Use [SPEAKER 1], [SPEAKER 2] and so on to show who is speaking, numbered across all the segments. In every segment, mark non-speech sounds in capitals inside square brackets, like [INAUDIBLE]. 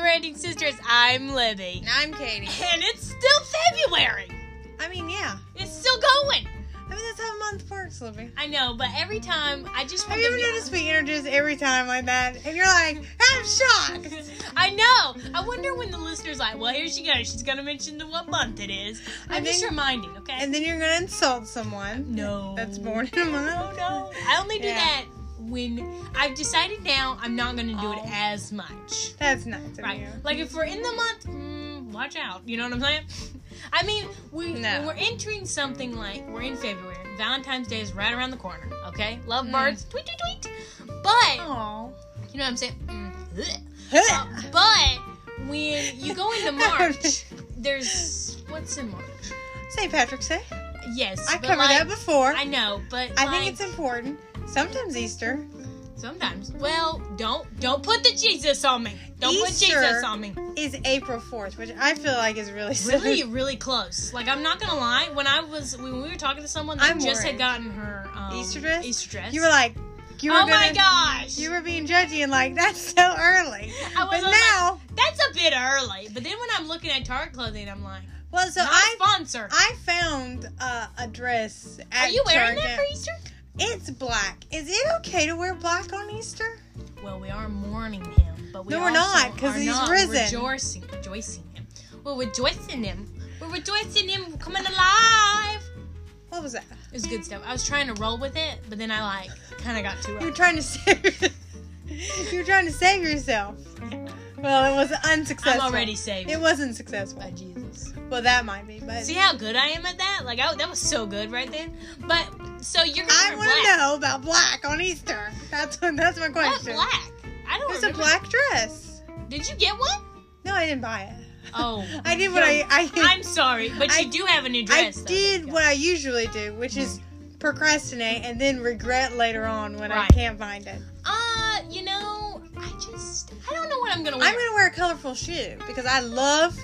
[SPEAKER 1] Branding Sisters. I'm Libby.
[SPEAKER 2] And I'm Katie.
[SPEAKER 1] And it's still February.
[SPEAKER 2] I mean, yeah.
[SPEAKER 1] It's still going.
[SPEAKER 2] I mean, that's how a month works, Libby.
[SPEAKER 1] I know, but every time I just
[SPEAKER 2] Have
[SPEAKER 1] want
[SPEAKER 2] you ever
[SPEAKER 1] to be-
[SPEAKER 2] noticed we introduce every time like that? And you're like,
[SPEAKER 1] [LAUGHS]
[SPEAKER 2] I'm shocked.
[SPEAKER 1] I know. I wonder when the listener's like, well, here she goes. She's going to mention the what month it is. I'm
[SPEAKER 2] And
[SPEAKER 1] just
[SPEAKER 2] then-
[SPEAKER 1] reminding, okay?
[SPEAKER 2] And then you're going to insult someone
[SPEAKER 1] no.
[SPEAKER 2] that's born in a
[SPEAKER 1] Oh,
[SPEAKER 2] month.
[SPEAKER 1] no. I only do
[SPEAKER 2] Yeah.
[SPEAKER 1] that when I've decided now I'm not going to do it
[SPEAKER 2] Oh.
[SPEAKER 1] as much.
[SPEAKER 2] That's nice of
[SPEAKER 1] Right.
[SPEAKER 2] you.
[SPEAKER 1] Like if we're in the month, mm, watch out. You know what I'm saying? [LAUGHS] I mean, we
[SPEAKER 2] No.
[SPEAKER 1] when we're entering something like we're in February. Valentine's Day is right around the corner. Okay, love
[SPEAKER 2] Mm.
[SPEAKER 1] birds, tweet tweet tweet. But
[SPEAKER 2] Aw.
[SPEAKER 1] you know what I'm saying? Mm,
[SPEAKER 2] [LAUGHS]
[SPEAKER 1] bleh. Uh, but when you go into March, there's what's in March?
[SPEAKER 2] St. Patrick's Day.
[SPEAKER 1] Yes,
[SPEAKER 2] I
[SPEAKER 1] but
[SPEAKER 2] covered
[SPEAKER 1] like-
[SPEAKER 2] that before.
[SPEAKER 1] I know, but
[SPEAKER 2] I
[SPEAKER 1] like,
[SPEAKER 2] think it's important. Sometimes Easter.
[SPEAKER 1] sometimes. Well, don't don't put the Jesus on me. Don't put
[SPEAKER 2] Easter
[SPEAKER 1] Jesus on me.
[SPEAKER 2] is April 4th, which I feel like is really [LAUGHS] silly.
[SPEAKER 1] really, really close. Like I'm not gonna lie, when I was when we were talking to someone that
[SPEAKER 2] I'm
[SPEAKER 1] just had
[SPEAKER 2] worried.
[SPEAKER 1] gotten her um,
[SPEAKER 2] Easter dress?
[SPEAKER 1] Easter dress,
[SPEAKER 2] You were like, you were
[SPEAKER 1] oh my
[SPEAKER 2] gonna-
[SPEAKER 1] gosh,
[SPEAKER 2] You were being judgy and like, [LAUGHS] that's so
[SPEAKER 1] I
[SPEAKER 2] early.
[SPEAKER 1] was
[SPEAKER 2] But
[SPEAKER 1] I was like,
[SPEAKER 2] now,
[SPEAKER 1] that's a bit early. But then when I'm looking at Target clothing, I'm like,
[SPEAKER 2] well, so
[SPEAKER 1] not
[SPEAKER 2] I
[SPEAKER 1] sponsor.
[SPEAKER 2] I found uh, a dress. At
[SPEAKER 1] Are you wearing
[SPEAKER 2] Target.
[SPEAKER 1] that for Easter?
[SPEAKER 2] It's black. Is it okay to wear black on Easter?
[SPEAKER 1] Well, we are mourning him, but we
[SPEAKER 2] No, we're
[SPEAKER 1] also
[SPEAKER 2] not, 'cause
[SPEAKER 1] are
[SPEAKER 2] he's
[SPEAKER 1] not
[SPEAKER 2] risen.
[SPEAKER 1] Rejoicing, rejoicing him. We're rejoicing him. We're rejoicing him coming alive.
[SPEAKER 2] What was that?
[SPEAKER 1] It was good stuff. I was trying to roll with it, but then I like kind of got too.
[SPEAKER 2] You were
[SPEAKER 1] rough.
[SPEAKER 2] trying to [LAUGHS] save. you were trying to save yourself. Well, it was
[SPEAKER 1] I'm
[SPEAKER 2] unsuccessful.
[SPEAKER 1] already saved
[SPEAKER 2] It wasn't successful.
[SPEAKER 1] by Jesus.
[SPEAKER 2] Well, that might be, but
[SPEAKER 1] See how good I am at that? Like, oh, that was so good right then. But so you're gonna
[SPEAKER 2] I
[SPEAKER 1] wear
[SPEAKER 2] want
[SPEAKER 1] black?
[SPEAKER 2] to know about black on Easter. That's what, that's my
[SPEAKER 1] What
[SPEAKER 2] question.
[SPEAKER 1] black? Oh, I don't.
[SPEAKER 2] There's a
[SPEAKER 1] remember.
[SPEAKER 2] black dress.
[SPEAKER 1] Did you get one?
[SPEAKER 2] No, I didn't buy it.
[SPEAKER 1] Oh,
[SPEAKER 2] [LAUGHS] I did what I I,
[SPEAKER 1] I'm sorry, but
[SPEAKER 2] I-
[SPEAKER 1] you do have a new
[SPEAKER 2] I
[SPEAKER 1] dress. though.
[SPEAKER 2] did what I usually do, which is procrastinate and then regret later on when
[SPEAKER 1] Right.
[SPEAKER 2] I can't find it.
[SPEAKER 1] Uh, you know, I just I don't know what I'm gonna wear.
[SPEAKER 2] I'm gonna wear a colorful shoe because I love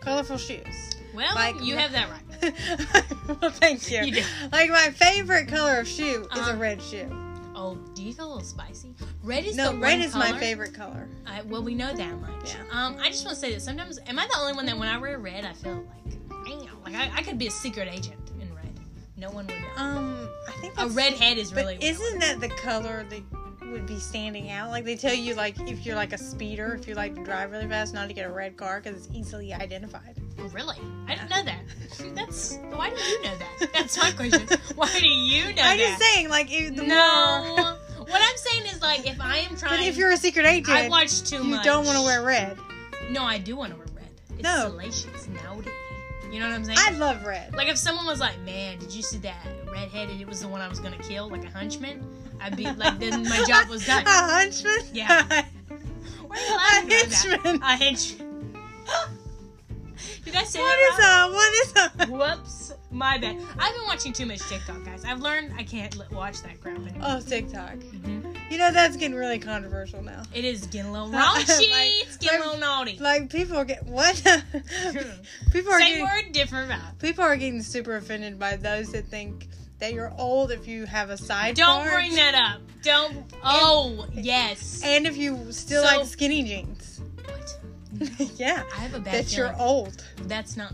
[SPEAKER 2] colorful shoes. [LAUGHS]
[SPEAKER 1] well,
[SPEAKER 2] like-
[SPEAKER 1] you have that right.
[SPEAKER 2] well, thank you.
[SPEAKER 1] You do.
[SPEAKER 2] Like my favorite color of shoe is
[SPEAKER 1] Uh-huh.
[SPEAKER 2] a red shoe.
[SPEAKER 1] Oh, do you feel a little spicy? Red is
[SPEAKER 2] no,
[SPEAKER 1] the
[SPEAKER 2] red
[SPEAKER 1] one
[SPEAKER 2] is my
[SPEAKER 1] color-
[SPEAKER 2] favorite color.
[SPEAKER 1] I, well, we know that much.
[SPEAKER 2] Yeah.
[SPEAKER 1] Um, I just want to say that sometimes, am I the only one that when I wear red, I feel like, damn, like I, I could be a secret agent in red. No one would know.
[SPEAKER 2] Um, I think
[SPEAKER 1] A
[SPEAKER 2] that's,
[SPEAKER 1] redhead is really.
[SPEAKER 2] But isn't that the color that would be standing out? Like they tell you, like if you're like a speeder, if you like to drive really fast, not to get a red car because it's easily identified.
[SPEAKER 1] Really? I didn't know
[SPEAKER 2] [LAUGHS]
[SPEAKER 1] that. That's why do you know that? That's my question. Why do you know
[SPEAKER 2] [LAUGHS] I'm
[SPEAKER 1] that?
[SPEAKER 2] just saying, like if the more-
[SPEAKER 1] no. what I'm saying is like if I am trying
[SPEAKER 2] but if you're a secret agent,
[SPEAKER 1] I watch too
[SPEAKER 2] you
[SPEAKER 1] much.
[SPEAKER 2] don't want to wear red.
[SPEAKER 1] No, I do want to wear red. It's
[SPEAKER 2] No.
[SPEAKER 1] salacious naughty. You know what I'm saying?
[SPEAKER 2] I love red.
[SPEAKER 1] like if someone was like, Man, did you see that redheaded it was the one I was gonna kill, like a hunchman? I'd be like then my job was
[SPEAKER 2] [LAUGHS]
[SPEAKER 1] done.
[SPEAKER 2] a hunchman. [LAUGHS]
[SPEAKER 1] Yeah. Why are you laughing
[SPEAKER 2] a
[SPEAKER 1] at that?
[SPEAKER 2] henchman.
[SPEAKER 1] A [LAUGHS] henchman. Did I say
[SPEAKER 2] What
[SPEAKER 1] that right?
[SPEAKER 2] is a what is a?
[SPEAKER 1] Whoops, my bad. I've been watching too much TikTok, guys. I've learned I can't li- watch that crap anymore.
[SPEAKER 2] Oh TikTok.
[SPEAKER 1] Mhm.
[SPEAKER 2] You know that's getting really controversial now.
[SPEAKER 1] It is getting
[SPEAKER 2] [LAUGHS]
[SPEAKER 1] a little
[SPEAKER 2] Like-
[SPEAKER 1] raunchy. it's getting a little naughty.
[SPEAKER 2] Like people are get what? [LAUGHS] people are
[SPEAKER 1] Same
[SPEAKER 2] getting
[SPEAKER 1] word, different mouth.
[SPEAKER 2] people are getting super offended by those that think that you're old if you have a side.
[SPEAKER 1] Don't
[SPEAKER 2] part.
[SPEAKER 1] bring that up. Don't. Oh yes.
[SPEAKER 2] And if you still
[SPEAKER 1] So-
[SPEAKER 2] like skinny jeans. [LAUGHS]
[SPEAKER 1] What?
[SPEAKER 2] yeah.
[SPEAKER 1] I have a bad
[SPEAKER 2] That
[SPEAKER 1] feeling.
[SPEAKER 2] you're old.
[SPEAKER 1] That's not.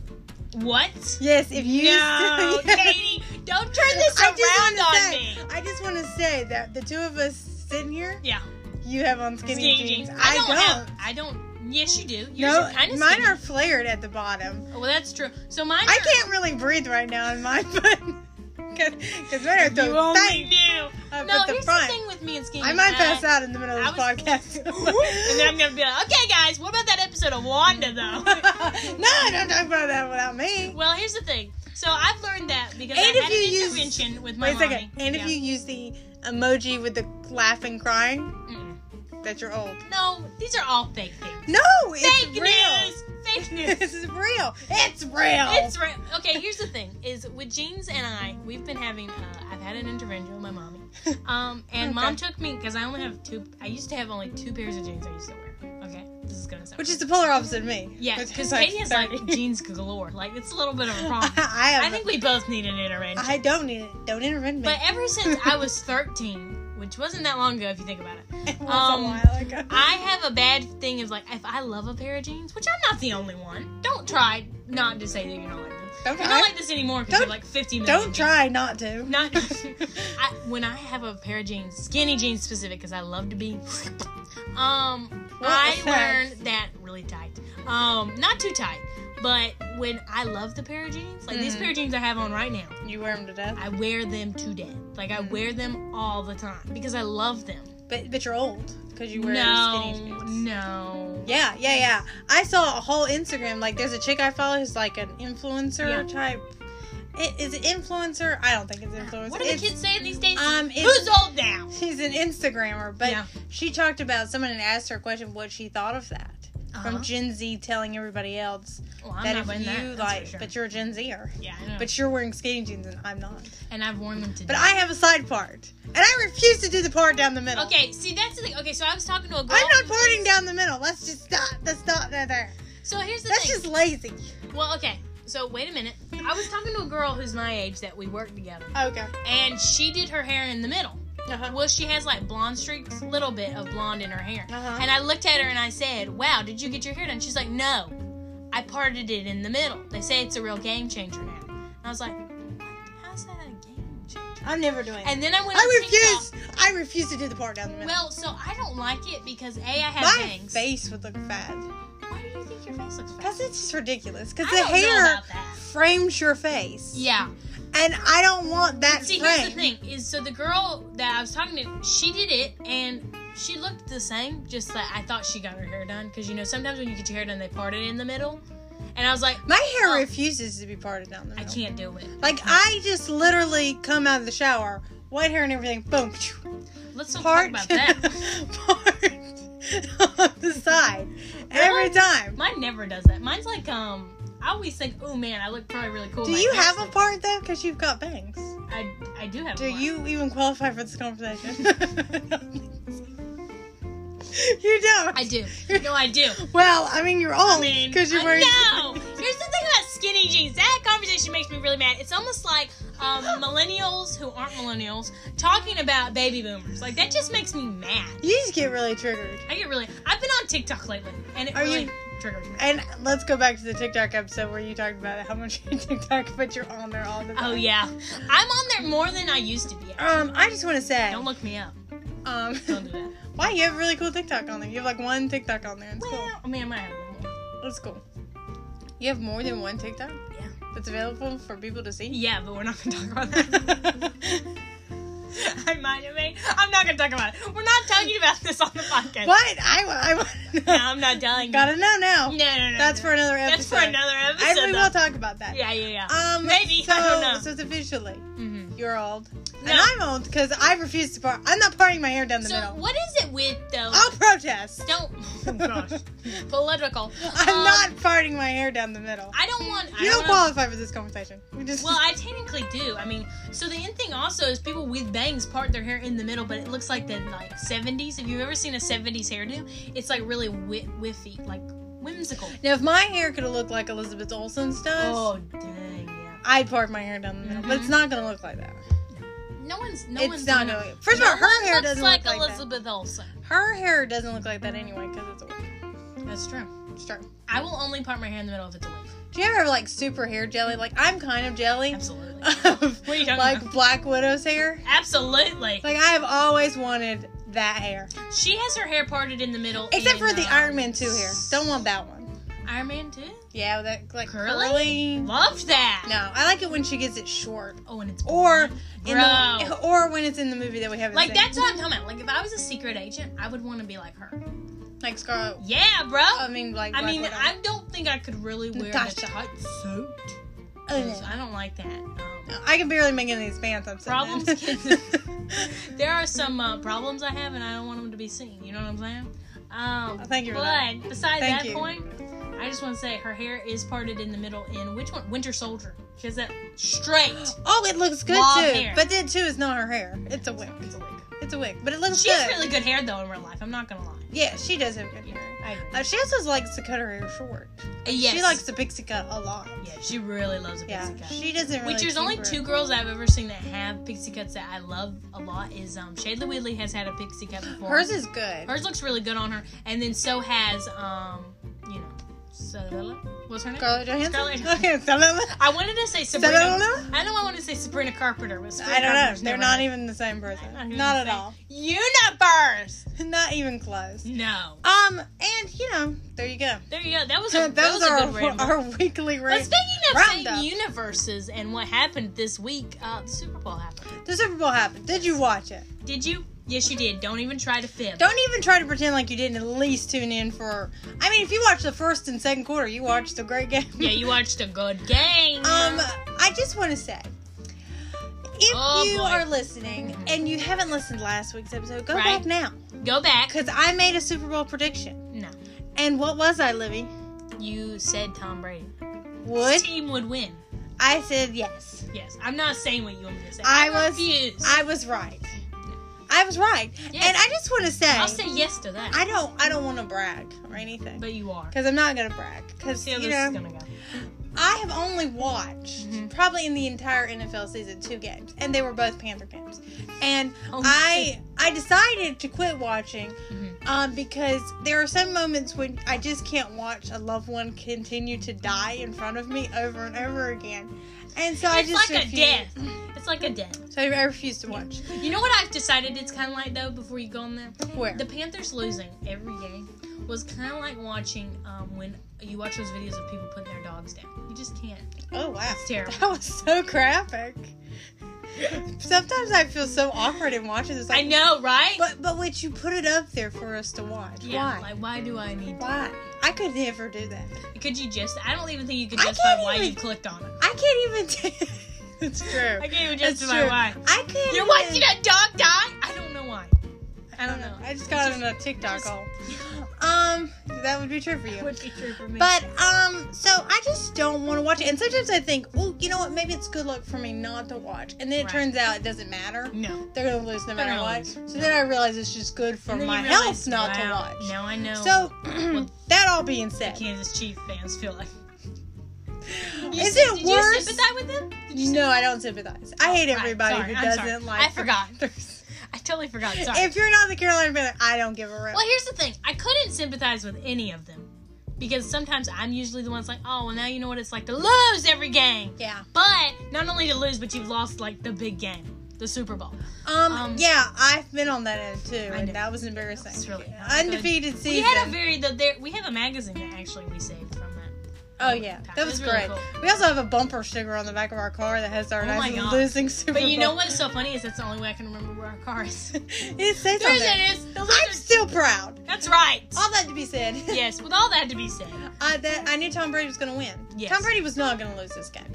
[SPEAKER 1] What?
[SPEAKER 2] Yes, if you [LAUGHS]
[SPEAKER 1] No,
[SPEAKER 2] still,
[SPEAKER 1] Katie, don't turn this
[SPEAKER 2] I just
[SPEAKER 1] around
[SPEAKER 2] wanna
[SPEAKER 1] on
[SPEAKER 2] say,
[SPEAKER 1] me.
[SPEAKER 2] I just want to say that the two of us sitting here,
[SPEAKER 1] Yeah,
[SPEAKER 2] you have on skinny, jeans.
[SPEAKER 1] I don't, have. I don't. Yes, you do. Yours
[SPEAKER 2] no,
[SPEAKER 1] are kind of
[SPEAKER 2] mine
[SPEAKER 1] skinny.
[SPEAKER 2] are flared at the bottom.
[SPEAKER 1] Oh, well, that's true. So mine.
[SPEAKER 2] I
[SPEAKER 1] are-
[SPEAKER 2] can't really breathe right now in mine, [LAUGHS] but because mine are
[SPEAKER 1] You
[SPEAKER 2] so
[SPEAKER 1] only
[SPEAKER 2] tight
[SPEAKER 1] do.
[SPEAKER 2] up
[SPEAKER 1] No,
[SPEAKER 2] at the
[SPEAKER 1] here's
[SPEAKER 2] front.
[SPEAKER 1] the thing with me and skinny.
[SPEAKER 2] I might
[SPEAKER 1] jeans.
[SPEAKER 2] pass out in the middle of this
[SPEAKER 1] I
[SPEAKER 2] podcast.
[SPEAKER 1] [LAUGHS] and then I'm gonna be like, okay, guys, what about that episode of Wanda though? [LAUGHS]
[SPEAKER 2] [LAUGHS] no, don't talk about that without me.
[SPEAKER 1] well, here's the thing. So I've learned that because
[SPEAKER 2] And
[SPEAKER 1] I
[SPEAKER 2] if
[SPEAKER 1] had
[SPEAKER 2] you
[SPEAKER 1] an
[SPEAKER 2] use-
[SPEAKER 1] intervention with my
[SPEAKER 2] Wait a
[SPEAKER 1] mommy.
[SPEAKER 2] second. And
[SPEAKER 1] Yeah.
[SPEAKER 2] if you use the emoji with the laugh and crying,
[SPEAKER 1] Mm.
[SPEAKER 2] that you're old.
[SPEAKER 1] no, these are all fake things.
[SPEAKER 2] No, it's
[SPEAKER 1] fake
[SPEAKER 2] real.
[SPEAKER 1] news.
[SPEAKER 2] [LAUGHS]
[SPEAKER 1] Fake news.
[SPEAKER 2] this is real. It's real.
[SPEAKER 1] It's right. Okay, here's the thing: is with Jeans and I, we've been having. Uh, I've had an intervention with my mommy, um, and
[SPEAKER 2] Okay.
[SPEAKER 1] mom took me because I only have two. I used to have only two pairs of jeans I used to wear. Okay, this is gonna sound.
[SPEAKER 2] Which is the polar opposite of me.
[SPEAKER 1] yeah,
[SPEAKER 2] which is
[SPEAKER 1] because
[SPEAKER 2] like
[SPEAKER 1] Katie has
[SPEAKER 2] 30. [LAUGHS]
[SPEAKER 1] like jeans galore. Like it's a little bit of a problem.
[SPEAKER 2] I have.
[SPEAKER 1] I think we both need an intervention.
[SPEAKER 2] I don't need it. Don't interrupt me.
[SPEAKER 1] But ever since I was 13, which wasn't that long ago if you think about it.
[SPEAKER 2] [LAUGHS] It was
[SPEAKER 1] Um,
[SPEAKER 2] a while ago.
[SPEAKER 1] I have a bad thing of like if I love a pair of jeans, which I'm not the only one. Don't try not to say that you're not like this.
[SPEAKER 2] don't
[SPEAKER 1] You're
[SPEAKER 2] I-
[SPEAKER 1] not like this anymore because you're
[SPEAKER 2] Don't-
[SPEAKER 1] like 50 million.
[SPEAKER 2] don't try not to.
[SPEAKER 1] [LAUGHS]
[SPEAKER 2] [LAUGHS]
[SPEAKER 1] Not [LAUGHS] I, when I have a pair of jeans, skinny jeans specific, because I love to be. [LAUGHS] Um,
[SPEAKER 2] What
[SPEAKER 1] I
[SPEAKER 2] was that?
[SPEAKER 1] learned that really tight. Um, not too tight, but when I love the pair of jeans, like these
[SPEAKER 2] Mhm.
[SPEAKER 1] pair of jeans I have on right now,
[SPEAKER 2] you wear them to death.
[SPEAKER 1] I wear them to death. Like I
[SPEAKER 2] Mhm.
[SPEAKER 1] wear them all the time because I love them.
[SPEAKER 2] But but you're old because you wear
[SPEAKER 1] No,
[SPEAKER 2] skinny jeans.
[SPEAKER 1] no.
[SPEAKER 2] Yeah, yeah, yeah. I saw a whole Instagram. Like, there's a chick I follow who's like an influencer
[SPEAKER 1] Yeah.
[SPEAKER 2] type. It, is it influencer? I don't think it's influencer.
[SPEAKER 1] What are the
[SPEAKER 2] It's-
[SPEAKER 1] kids saying these days?
[SPEAKER 2] Um, it's-
[SPEAKER 1] Who's old now?
[SPEAKER 2] She's an Instagrammer, but
[SPEAKER 1] Yeah.
[SPEAKER 2] she talked about someone and asked her a question what she thought of that
[SPEAKER 1] Uh-huh.
[SPEAKER 2] from Gen Z telling everybody else
[SPEAKER 1] Well, I'm
[SPEAKER 2] that
[SPEAKER 1] not
[SPEAKER 2] if
[SPEAKER 1] wearing
[SPEAKER 2] you
[SPEAKER 1] that, that's for
[SPEAKER 2] like,
[SPEAKER 1] sure.
[SPEAKER 2] but you're a Gen Zer,
[SPEAKER 1] yeah, I know.
[SPEAKER 2] but you're wearing skinny jeans and I'm not.
[SPEAKER 1] and I've worn them to
[SPEAKER 2] But
[SPEAKER 1] death.
[SPEAKER 2] I have a side part, and I refuse to do the part down the middle.
[SPEAKER 1] Okay, see that's the thing. Okay, so I was talking to a girl.
[SPEAKER 2] I'm not parting down the middle. Let's just stop. That's not that there.
[SPEAKER 1] So here's the
[SPEAKER 2] That's
[SPEAKER 1] thing.
[SPEAKER 2] just lazy.
[SPEAKER 1] Well, okay. So wait a minute. I was talking to a girl who's my age that we worked together,
[SPEAKER 2] Okay.
[SPEAKER 1] and she did her hair in the middle.
[SPEAKER 2] Uh-huh.
[SPEAKER 1] Well, she has like blonde streaks, little bit of blonde in her hair.
[SPEAKER 2] Uh-huh.
[SPEAKER 1] And I looked at her and I said, "Wow, did you get your hair done?" She's like, "No, I parted it in the middle. They say it's a real game changer now." And I was like, "What? How's that a game changer?on
[SPEAKER 2] I'm never doing it.
[SPEAKER 1] And then I went. on
[SPEAKER 2] I
[SPEAKER 1] TikTok.
[SPEAKER 2] refuse. I refuse to do the part down the middle.
[SPEAKER 1] Well, so I don't like it because a I have
[SPEAKER 2] My
[SPEAKER 1] bangs.
[SPEAKER 2] face would look fat.
[SPEAKER 1] Why do you think your face looks fat?
[SPEAKER 2] Because it's just ridiculous. Because
[SPEAKER 1] I
[SPEAKER 2] the
[SPEAKER 1] don't know
[SPEAKER 2] hair
[SPEAKER 1] about that.
[SPEAKER 2] frames your face.
[SPEAKER 1] Yeah.
[SPEAKER 2] And I don't want that
[SPEAKER 1] See,
[SPEAKER 2] frame.
[SPEAKER 1] here's the thing: is so the girl that I was talking to, she did it, and she looked the same. Just like I thought she got her hair done, because you know sometimes when you get your hair done, they part it in the middle, and I was like,
[SPEAKER 2] My hair
[SPEAKER 1] Oh.
[SPEAKER 2] refuses to be parted down the
[SPEAKER 1] I
[SPEAKER 2] middle.
[SPEAKER 1] can't do it.
[SPEAKER 2] Like, I just literally come out of the shower, white hair and everything, boom,
[SPEAKER 1] Let's not
[SPEAKER 2] [LAUGHS] part,
[SPEAKER 1] talk about that.
[SPEAKER 2] part on the side every
[SPEAKER 1] Really?
[SPEAKER 2] time.
[SPEAKER 1] Mine never does that. Mine's like um. I always think, oh man, I look probably really cool.
[SPEAKER 2] Do
[SPEAKER 1] Like,
[SPEAKER 2] you have a
[SPEAKER 1] that's
[SPEAKER 2] part though? Because you've got bangs.
[SPEAKER 1] like- I I do have.
[SPEAKER 2] Do
[SPEAKER 1] a part.
[SPEAKER 2] you even qualify for this conversation? [LAUGHS] you don't.
[SPEAKER 1] I do. No, I do.
[SPEAKER 2] Well, I mean, you're old
[SPEAKER 1] mean,
[SPEAKER 2] because you're
[SPEAKER 1] I
[SPEAKER 2] wearing.
[SPEAKER 1] know. Here's the thing about skinny jeans. That conversation makes me really mad. It's almost like
[SPEAKER 2] [GASPS]
[SPEAKER 1] um, millennials who aren't millennials talking about baby boomers. Like that just makes me mad.
[SPEAKER 2] You just get really triggered.
[SPEAKER 1] I get really. I've been on TikTok lately, and it
[SPEAKER 2] Are
[SPEAKER 1] really
[SPEAKER 2] you-
[SPEAKER 1] triggers me.
[SPEAKER 2] And let's go back to the TikTok episode where you talked about how much you [LAUGHS] TikTok, but you're on there all the time.
[SPEAKER 1] Oh yeah, I'm on there more than I used to be.
[SPEAKER 2] Um, I just want to say,
[SPEAKER 1] Don't look me up.
[SPEAKER 2] um,
[SPEAKER 1] Don't do that.
[SPEAKER 2] [LAUGHS] why you have a really cool TikTok on there? You have like one TikTok on there. It's cool.
[SPEAKER 1] Well, I mean, I might have one more.
[SPEAKER 2] It's cool. You have more than one TikTok.
[SPEAKER 1] Yeah.
[SPEAKER 2] That's available for people to see.
[SPEAKER 1] Yeah, but we're not gonna talk about that. [LAUGHS] I might have made. I'm not gonna talk about it. We're not talking about this on the podcast.
[SPEAKER 2] [LAUGHS] What? I wa-
[SPEAKER 1] [LAUGHS]
[SPEAKER 2] I want.
[SPEAKER 1] No, I'm not telling you.
[SPEAKER 2] Gotta know now.
[SPEAKER 1] No, no, no.
[SPEAKER 2] That's
[SPEAKER 1] no.
[SPEAKER 2] for another episode.
[SPEAKER 1] That's for another
[SPEAKER 2] I
[SPEAKER 1] episode.
[SPEAKER 2] we
[SPEAKER 1] though.
[SPEAKER 2] will talk about that.
[SPEAKER 1] Yeah, yeah, yeah.
[SPEAKER 2] Um,
[SPEAKER 1] Maybe,
[SPEAKER 2] So,
[SPEAKER 1] I don't know.
[SPEAKER 2] So it's officially
[SPEAKER 1] Mhm.
[SPEAKER 2] you're old,
[SPEAKER 1] No.
[SPEAKER 2] and I'm old because I refuse to part. I'm not parting my hair down the
[SPEAKER 1] So
[SPEAKER 2] middle. Um,
[SPEAKER 1] what is it with though?
[SPEAKER 2] I'll protest. [LAUGHS]
[SPEAKER 1] Don't. Oh gosh. [LAUGHS] Political.
[SPEAKER 2] I'm
[SPEAKER 1] Um,
[SPEAKER 2] not parting my hair down the middle.
[SPEAKER 1] I don't want. I
[SPEAKER 2] you don't
[SPEAKER 1] know.
[SPEAKER 2] qualify for this conversation. We just
[SPEAKER 1] Well, I technically do. I mean, so the end thing also is people with bangs part their hair in the middle, but it looks like the like 70s. If you've ever seen a 70s hairdo, it's like really wi- whiffy, like whimsical.
[SPEAKER 2] now if my hair could have looked like Elizabeth Olsen's does,
[SPEAKER 1] Oh dang, yeah.
[SPEAKER 2] I'd part my hair down the middle. But it's not gonna look like that.
[SPEAKER 1] No one's. No
[SPEAKER 2] it's
[SPEAKER 1] one's.
[SPEAKER 2] not
[SPEAKER 1] gonna-
[SPEAKER 2] gonna. First
[SPEAKER 1] no
[SPEAKER 2] of all, her
[SPEAKER 1] one
[SPEAKER 2] hair
[SPEAKER 1] looks
[SPEAKER 2] doesn't
[SPEAKER 1] like
[SPEAKER 2] look like
[SPEAKER 1] Elizabeth Olsen.
[SPEAKER 2] that. Her hair doesn't look like that anyway because it's a wig.
[SPEAKER 1] That's true.
[SPEAKER 2] It's true.
[SPEAKER 1] I will only part my hair in the middle if it's a wave.
[SPEAKER 2] Do you ever have like super hair jelly? Like I'm kind of jelly.
[SPEAKER 1] Absolutely.
[SPEAKER 2] Of,
[SPEAKER 1] What are you talking
[SPEAKER 2] like
[SPEAKER 1] about?
[SPEAKER 2] Black Widow's hair.
[SPEAKER 1] Absolutely.
[SPEAKER 2] Like I have always wanted that hair,
[SPEAKER 1] She has her hair parted in the middle.
[SPEAKER 2] except
[SPEAKER 1] and,
[SPEAKER 2] for the
[SPEAKER 1] uh,
[SPEAKER 2] Iron Man two hair. Don't want that one.
[SPEAKER 1] Iron Man too.
[SPEAKER 2] Yeah, with that like
[SPEAKER 1] Curly?
[SPEAKER 2] curly.
[SPEAKER 1] Loved that.
[SPEAKER 2] No, I like it when she gets it short,
[SPEAKER 1] Oh, and it's
[SPEAKER 2] or
[SPEAKER 1] blonde.
[SPEAKER 2] in
[SPEAKER 1] Bro.
[SPEAKER 2] the, [LAUGHS] or when it's in the movie that we haven't
[SPEAKER 1] like
[SPEAKER 2] seen.
[SPEAKER 1] that's what I'm talking about. Like if I was a secret agent, I would want to be like her.
[SPEAKER 2] like Scarlet.
[SPEAKER 1] Yeah, bro.
[SPEAKER 2] I mean, Um, like
[SPEAKER 1] I
[SPEAKER 2] Black
[SPEAKER 1] mean,
[SPEAKER 2] Widow.
[SPEAKER 1] I don't think I could really wear
[SPEAKER 2] Natasha.
[SPEAKER 1] a tight suit.
[SPEAKER 2] Oh,
[SPEAKER 1] 'Cause
[SPEAKER 2] no.
[SPEAKER 1] I don't like that. Um,
[SPEAKER 2] I can barely make any of these pants. I'm sitting
[SPEAKER 1] Problems,
[SPEAKER 2] in.
[SPEAKER 1] there are some uh, problems I have, and I don't want them to be seen. You know what I'm saying? Um,
[SPEAKER 2] Well, thank you for that.
[SPEAKER 1] But besides
[SPEAKER 2] Thank
[SPEAKER 1] that
[SPEAKER 2] you.
[SPEAKER 1] point, I just want to say her hair is parted in the middle. In which one? Winter Soldier. She has that straight.
[SPEAKER 2] [LAUGHS] Oh, it looks good
[SPEAKER 1] Long
[SPEAKER 2] too.
[SPEAKER 1] hair.
[SPEAKER 2] But that too is not her hair. [GASPS] It's a wig.
[SPEAKER 1] It's a wig.
[SPEAKER 2] It's It's a wig, but it looks
[SPEAKER 1] She has
[SPEAKER 2] good.
[SPEAKER 1] really good hair though in real life. I'm not gonna lie.
[SPEAKER 2] yeah, she does have good hair.
[SPEAKER 1] I,
[SPEAKER 2] Uh, she also likes to cut her hair short.
[SPEAKER 1] Uh, yes.
[SPEAKER 2] She likes the pixie cut a lot.
[SPEAKER 1] Yeah, she really loves a
[SPEAKER 2] Yeah,
[SPEAKER 1] pixie cut.
[SPEAKER 2] she doesn't really.
[SPEAKER 1] Which there's
[SPEAKER 2] keep
[SPEAKER 1] only
[SPEAKER 2] her-
[SPEAKER 1] two girls I've ever seen that have pixie cuts that I love a lot. Is um Shayla Wheatley has had a pixie cut before.
[SPEAKER 2] Hers is good.
[SPEAKER 1] Hers looks really good on her, and then so has um you know, Scarlett. What's her name?
[SPEAKER 2] Scarlett Johansson.
[SPEAKER 1] Scarlett
[SPEAKER 2] [LAUGHS] Okay, Scarlett-
[SPEAKER 1] I wanted to say Sabrina.
[SPEAKER 2] Scarlett-
[SPEAKER 1] I know I wanted to say Sabrina Carpenter, but Sabrina
[SPEAKER 2] I don't know.
[SPEAKER 1] Carpenter's
[SPEAKER 2] They're
[SPEAKER 1] never
[SPEAKER 2] not
[SPEAKER 1] had-
[SPEAKER 2] even the same person.
[SPEAKER 1] Not even
[SPEAKER 2] Not
[SPEAKER 1] the
[SPEAKER 2] at
[SPEAKER 1] same.
[SPEAKER 2] all.
[SPEAKER 1] Universe.
[SPEAKER 2] Not even close.
[SPEAKER 1] No.
[SPEAKER 2] Um, and you know, there you go.
[SPEAKER 1] There you go. Mm. That was a,
[SPEAKER 2] Those
[SPEAKER 1] that was
[SPEAKER 2] are
[SPEAKER 1] a good
[SPEAKER 2] our,
[SPEAKER 1] random.
[SPEAKER 2] [LAUGHS] our weekly
[SPEAKER 1] But
[SPEAKER 2] rant.
[SPEAKER 1] speaking of
[SPEAKER 2] roundup.
[SPEAKER 1] same universes and what happened this week, uh, the Super Bowl happened.
[SPEAKER 2] The Super Bowl happened. Did you watch it?
[SPEAKER 1] Did you? Yes, you did. Don't even try to fib.
[SPEAKER 2] Don't even try to pretend like you didn't at least tune in for. I mean, if you watch the first and second quarter, you watched a great game.
[SPEAKER 1] Yeah,
[SPEAKER 2] [LAUGHS]
[SPEAKER 1] you watched a good game.
[SPEAKER 2] Um, I just want to say, if
[SPEAKER 1] Oh,
[SPEAKER 2] you
[SPEAKER 1] boy.
[SPEAKER 2] are listening and you haven't listened to last week's episode, go
[SPEAKER 1] Right.
[SPEAKER 2] back now
[SPEAKER 1] go back.
[SPEAKER 2] because I made a Super Bowl prediction.
[SPEAKER 1] No,
[SPEAKER 2] And what was I, Libby?
[SPEAKER 1] you said Tom Brady.
[SPEAKER 2] Would
[SPEAKER 1] His team would win.
[SPEAKER 2] I said yes?
[SPEAKER 1] Yes, I'm not saying what you want me to say.
[SPEAKER 2] I
[SPEAKER 1] I,
[SPEAKER 2] was-
[SPEAKER 1] refuse.
[SPEAKER 2] I was right. I was right.
[SPEAKER 1] Yes.
[SPEAKER 2] And I just want to say,
[SPEAKER 1] I'll say yes to that.
[SPEAKER 2] I don't, I don't want to brag or anything
[SPEAKER 1] but you are.
[SPEAKER 2] because I'm not gonna brag because
[SPEAKER 1] See how
[SPEAKER 2] you
[SPEAKER 1] this
[SPEAKER 2] know
[SPEAKER 1] is gonna go.
[SPEAKER 2] I have only watched
[SPEAKER 1] Mhm.
[SPEAKER 2] probably in the entire NFL season two games, and they were both Panther games. And
[SPEAKER 1] Oh,
[SPEAKER 2] I I decided to quit watching
[SPEAKER 1] Mhm.
[SPEAKER 2] um, because there are some moments when I just can't watch a loved one continue to die in front of me over and over again, and so I
[SPEAKER 1] it's
[SPEAKER 2] just
[SPEAKER 1] like
[SPEAKER 2] refuse.
[SPEAKER 1] a death. It's like a death.
[SPEAKER 2] So I refuse to watch.
[SPEAKER 1] You know what I've decided it's kind of like though. Before you go on there,
[SPEAKER 2] Where
[SPEAKER 1] the Panthers losing every game was kind of like watching um, when you watch those videos of people putting their dogs down. You just can't.
[SPEAKER 2] oh wow,
[SPEAKER 1] It's terrible.
[SPEAKER 2] that was so graphic. Sometimes I feel so awkward in watching this. Like,
[SPEAKER 1] I know, right?
[SPEAKER 2] But but wait, you put it up there for us to watch.
[SPEAKER 1] yeah.
[SPEAKER 2] Why?
[SPEAKER 1] Like, why do I need?
[SPEAKER 2] Why? I could never do that.
[SPEAKER 1] Could you just? I don't even think you could
[SPEAKER 2] I
[SPEAKER 1] justify
[SPEAKER 2] can't
[SPEAKER 1] why
[SPEAKER 2] even-
[SPEAKER 1] you clicked on it.
[SPEAKER 2] I can't even. do It's true.
[SPEAKER 1] I can't even
[SPEAKER 2] It's
[SPEAKER 1] justify
[SPEAKER 2] true.
[SPEAKER 1] why.
[SPEAKER 2] I can't.
[SPEAKER 1] You're
[SPEAKER 2] even-
[SPEAKER 1] watching a dog die? I don't know why. I don't know.
[SPEAKER 2] I just got
[SPEAKER 1] Just-
[SPEAKER 2] on a TikTok
[SPEAKER 1] just-
[SPEAKER 2] hole.
[SPEAKER 1] [LAUGHS]
[SPEAKER 2] Um, that would be true for you.
[SPEAKER 1] Would be true for me.
[SPEAKER 2] But um, so I just don't want to watch it. And sometimes I think, oh, you know what? Maybe it's good luck for me not to watch. And then it
[SPEAKER 1] Right.
[SPEAKER 2] turns out it doesn't matter.
[SPEAKER 1] no.
[SPEAKER 2] They're gonna lose no
[SPEAKER 1] They're
[SPEAKER 2] matter
[SPEAKER 1] gonna
[SPEAKER 2] what.
[SPEAKER 1] lose.
[SPEAKER 2] So then I realize it's just good for
[SPEAKER 1] And then
[SPEAKER 2] my
[SPEAKER 1] you realize,
[SPEAKER 2] health not
[SPEAKER 1] wow,
[SPEAKER 2] to watch.
[SPEAKER 1] Now I know.
[SPEAKER 2] So [CLEARS THROAT]
[SPEAKER 1] Well-
[SPEAKER 2] that all being said,
[SPEAKER 1] Kansas Chief fans feel
[SPEAKER 2] [LAUGHS]
[SPEAKER 1] like. You
[SPEAKER 2] is
[SPEAKER 1] sy-
[SPEAKER 2] it
[SPEAKER 1] did
[SPEAKER 2] worse?
[SPEAKER 1] you sympathize with them? Did you
[SPEAKER 2] No, I don't sympathize. I hate
[SPEAKER 1] Oh, Right,
[SPEAKER 2] everybody
[SPEAKER 1] sorry,
[SPEAKER 2] who
[SPEAKER 1] I'm
[SPEAKER 2] doesn't
[SPEAKER 1] sorry.
[SPEAKER 2] like.
[SPEAKER 1] I
[SPEAKER 2] [LAUGHS]
[SPEAKER 1] forgot.
[SPEAKER 2] Panthers.
[SPEAKER 1] sy- I totally forgot. Sorry.
[SPEAKER 2] If you're not the Carolina Panther, I don't give a rip.
[SPEAKER 1] well, here's the thing. I couldn't sympathize with any of them because sometimes I'm usually the ones like, oh, well, now you know what it's like to lose every game.
[SPEAKER 2] Yeah.
[SPEAKER 1] But not only to lose, but you've lost like the big game, the Super Bowl.
[SPEAKER 2] Um,
[SPEAKER 1] Um,
[SPEAKER 2] Yeah, I've been on that end too,
[SPEAKER 1] I
[SPEAKER 2] and
[SPEAKER 1] know.
[SPEAKER 2] that was embarrassing.
[SPEAKER 1] It's really not good.
[SPEAKER 2] Undefeated season.
[SPEAKER 1] We had a very the, there, we have a magazine that actually we saved from that.
[SPEAKER 2] oh yeah,
[SPEAKER 1] That
[SPEAKER 2] that
[SPEAKER 1] was
[SPEAKER 2] was
[SPEAKER 1] really
[SPEAKER 2] great. We also have a bumper sticker on the back of our car that has our
[SPEAKER 1] Oh my
[SPEAKER 2] nice
[SPEAKER 1] God.
[SPEAKER 2] losing Super
[SPEAKER 1] But you know
[SPEAKER 2] Bowl.
[SPEAKER 1] what's so funny is that's the only way I can remember where our car is.
[SPEAKER 2] [LAUGHS] it says
[SPEAKER 1] There
[SPEAKER 2] on there.
[SPEAKER 1] it is. The
[SPEAKER 2] I'm
[SPEAKER 1] lizard.
[SPEAKER 2] still proud.
[SPEAKER 1] That's right.
[SPEAKER 2] All that to be said.
[SPEAKER 1] [LAUGHS] Yes, with all that to be said.
[SPEAKER 2] I, Uh, that, I knew Tom Brady was going to win.
[SPEAKER 1] Yes.
[SPEAKER 2] Tom Brady was not going to lose this game.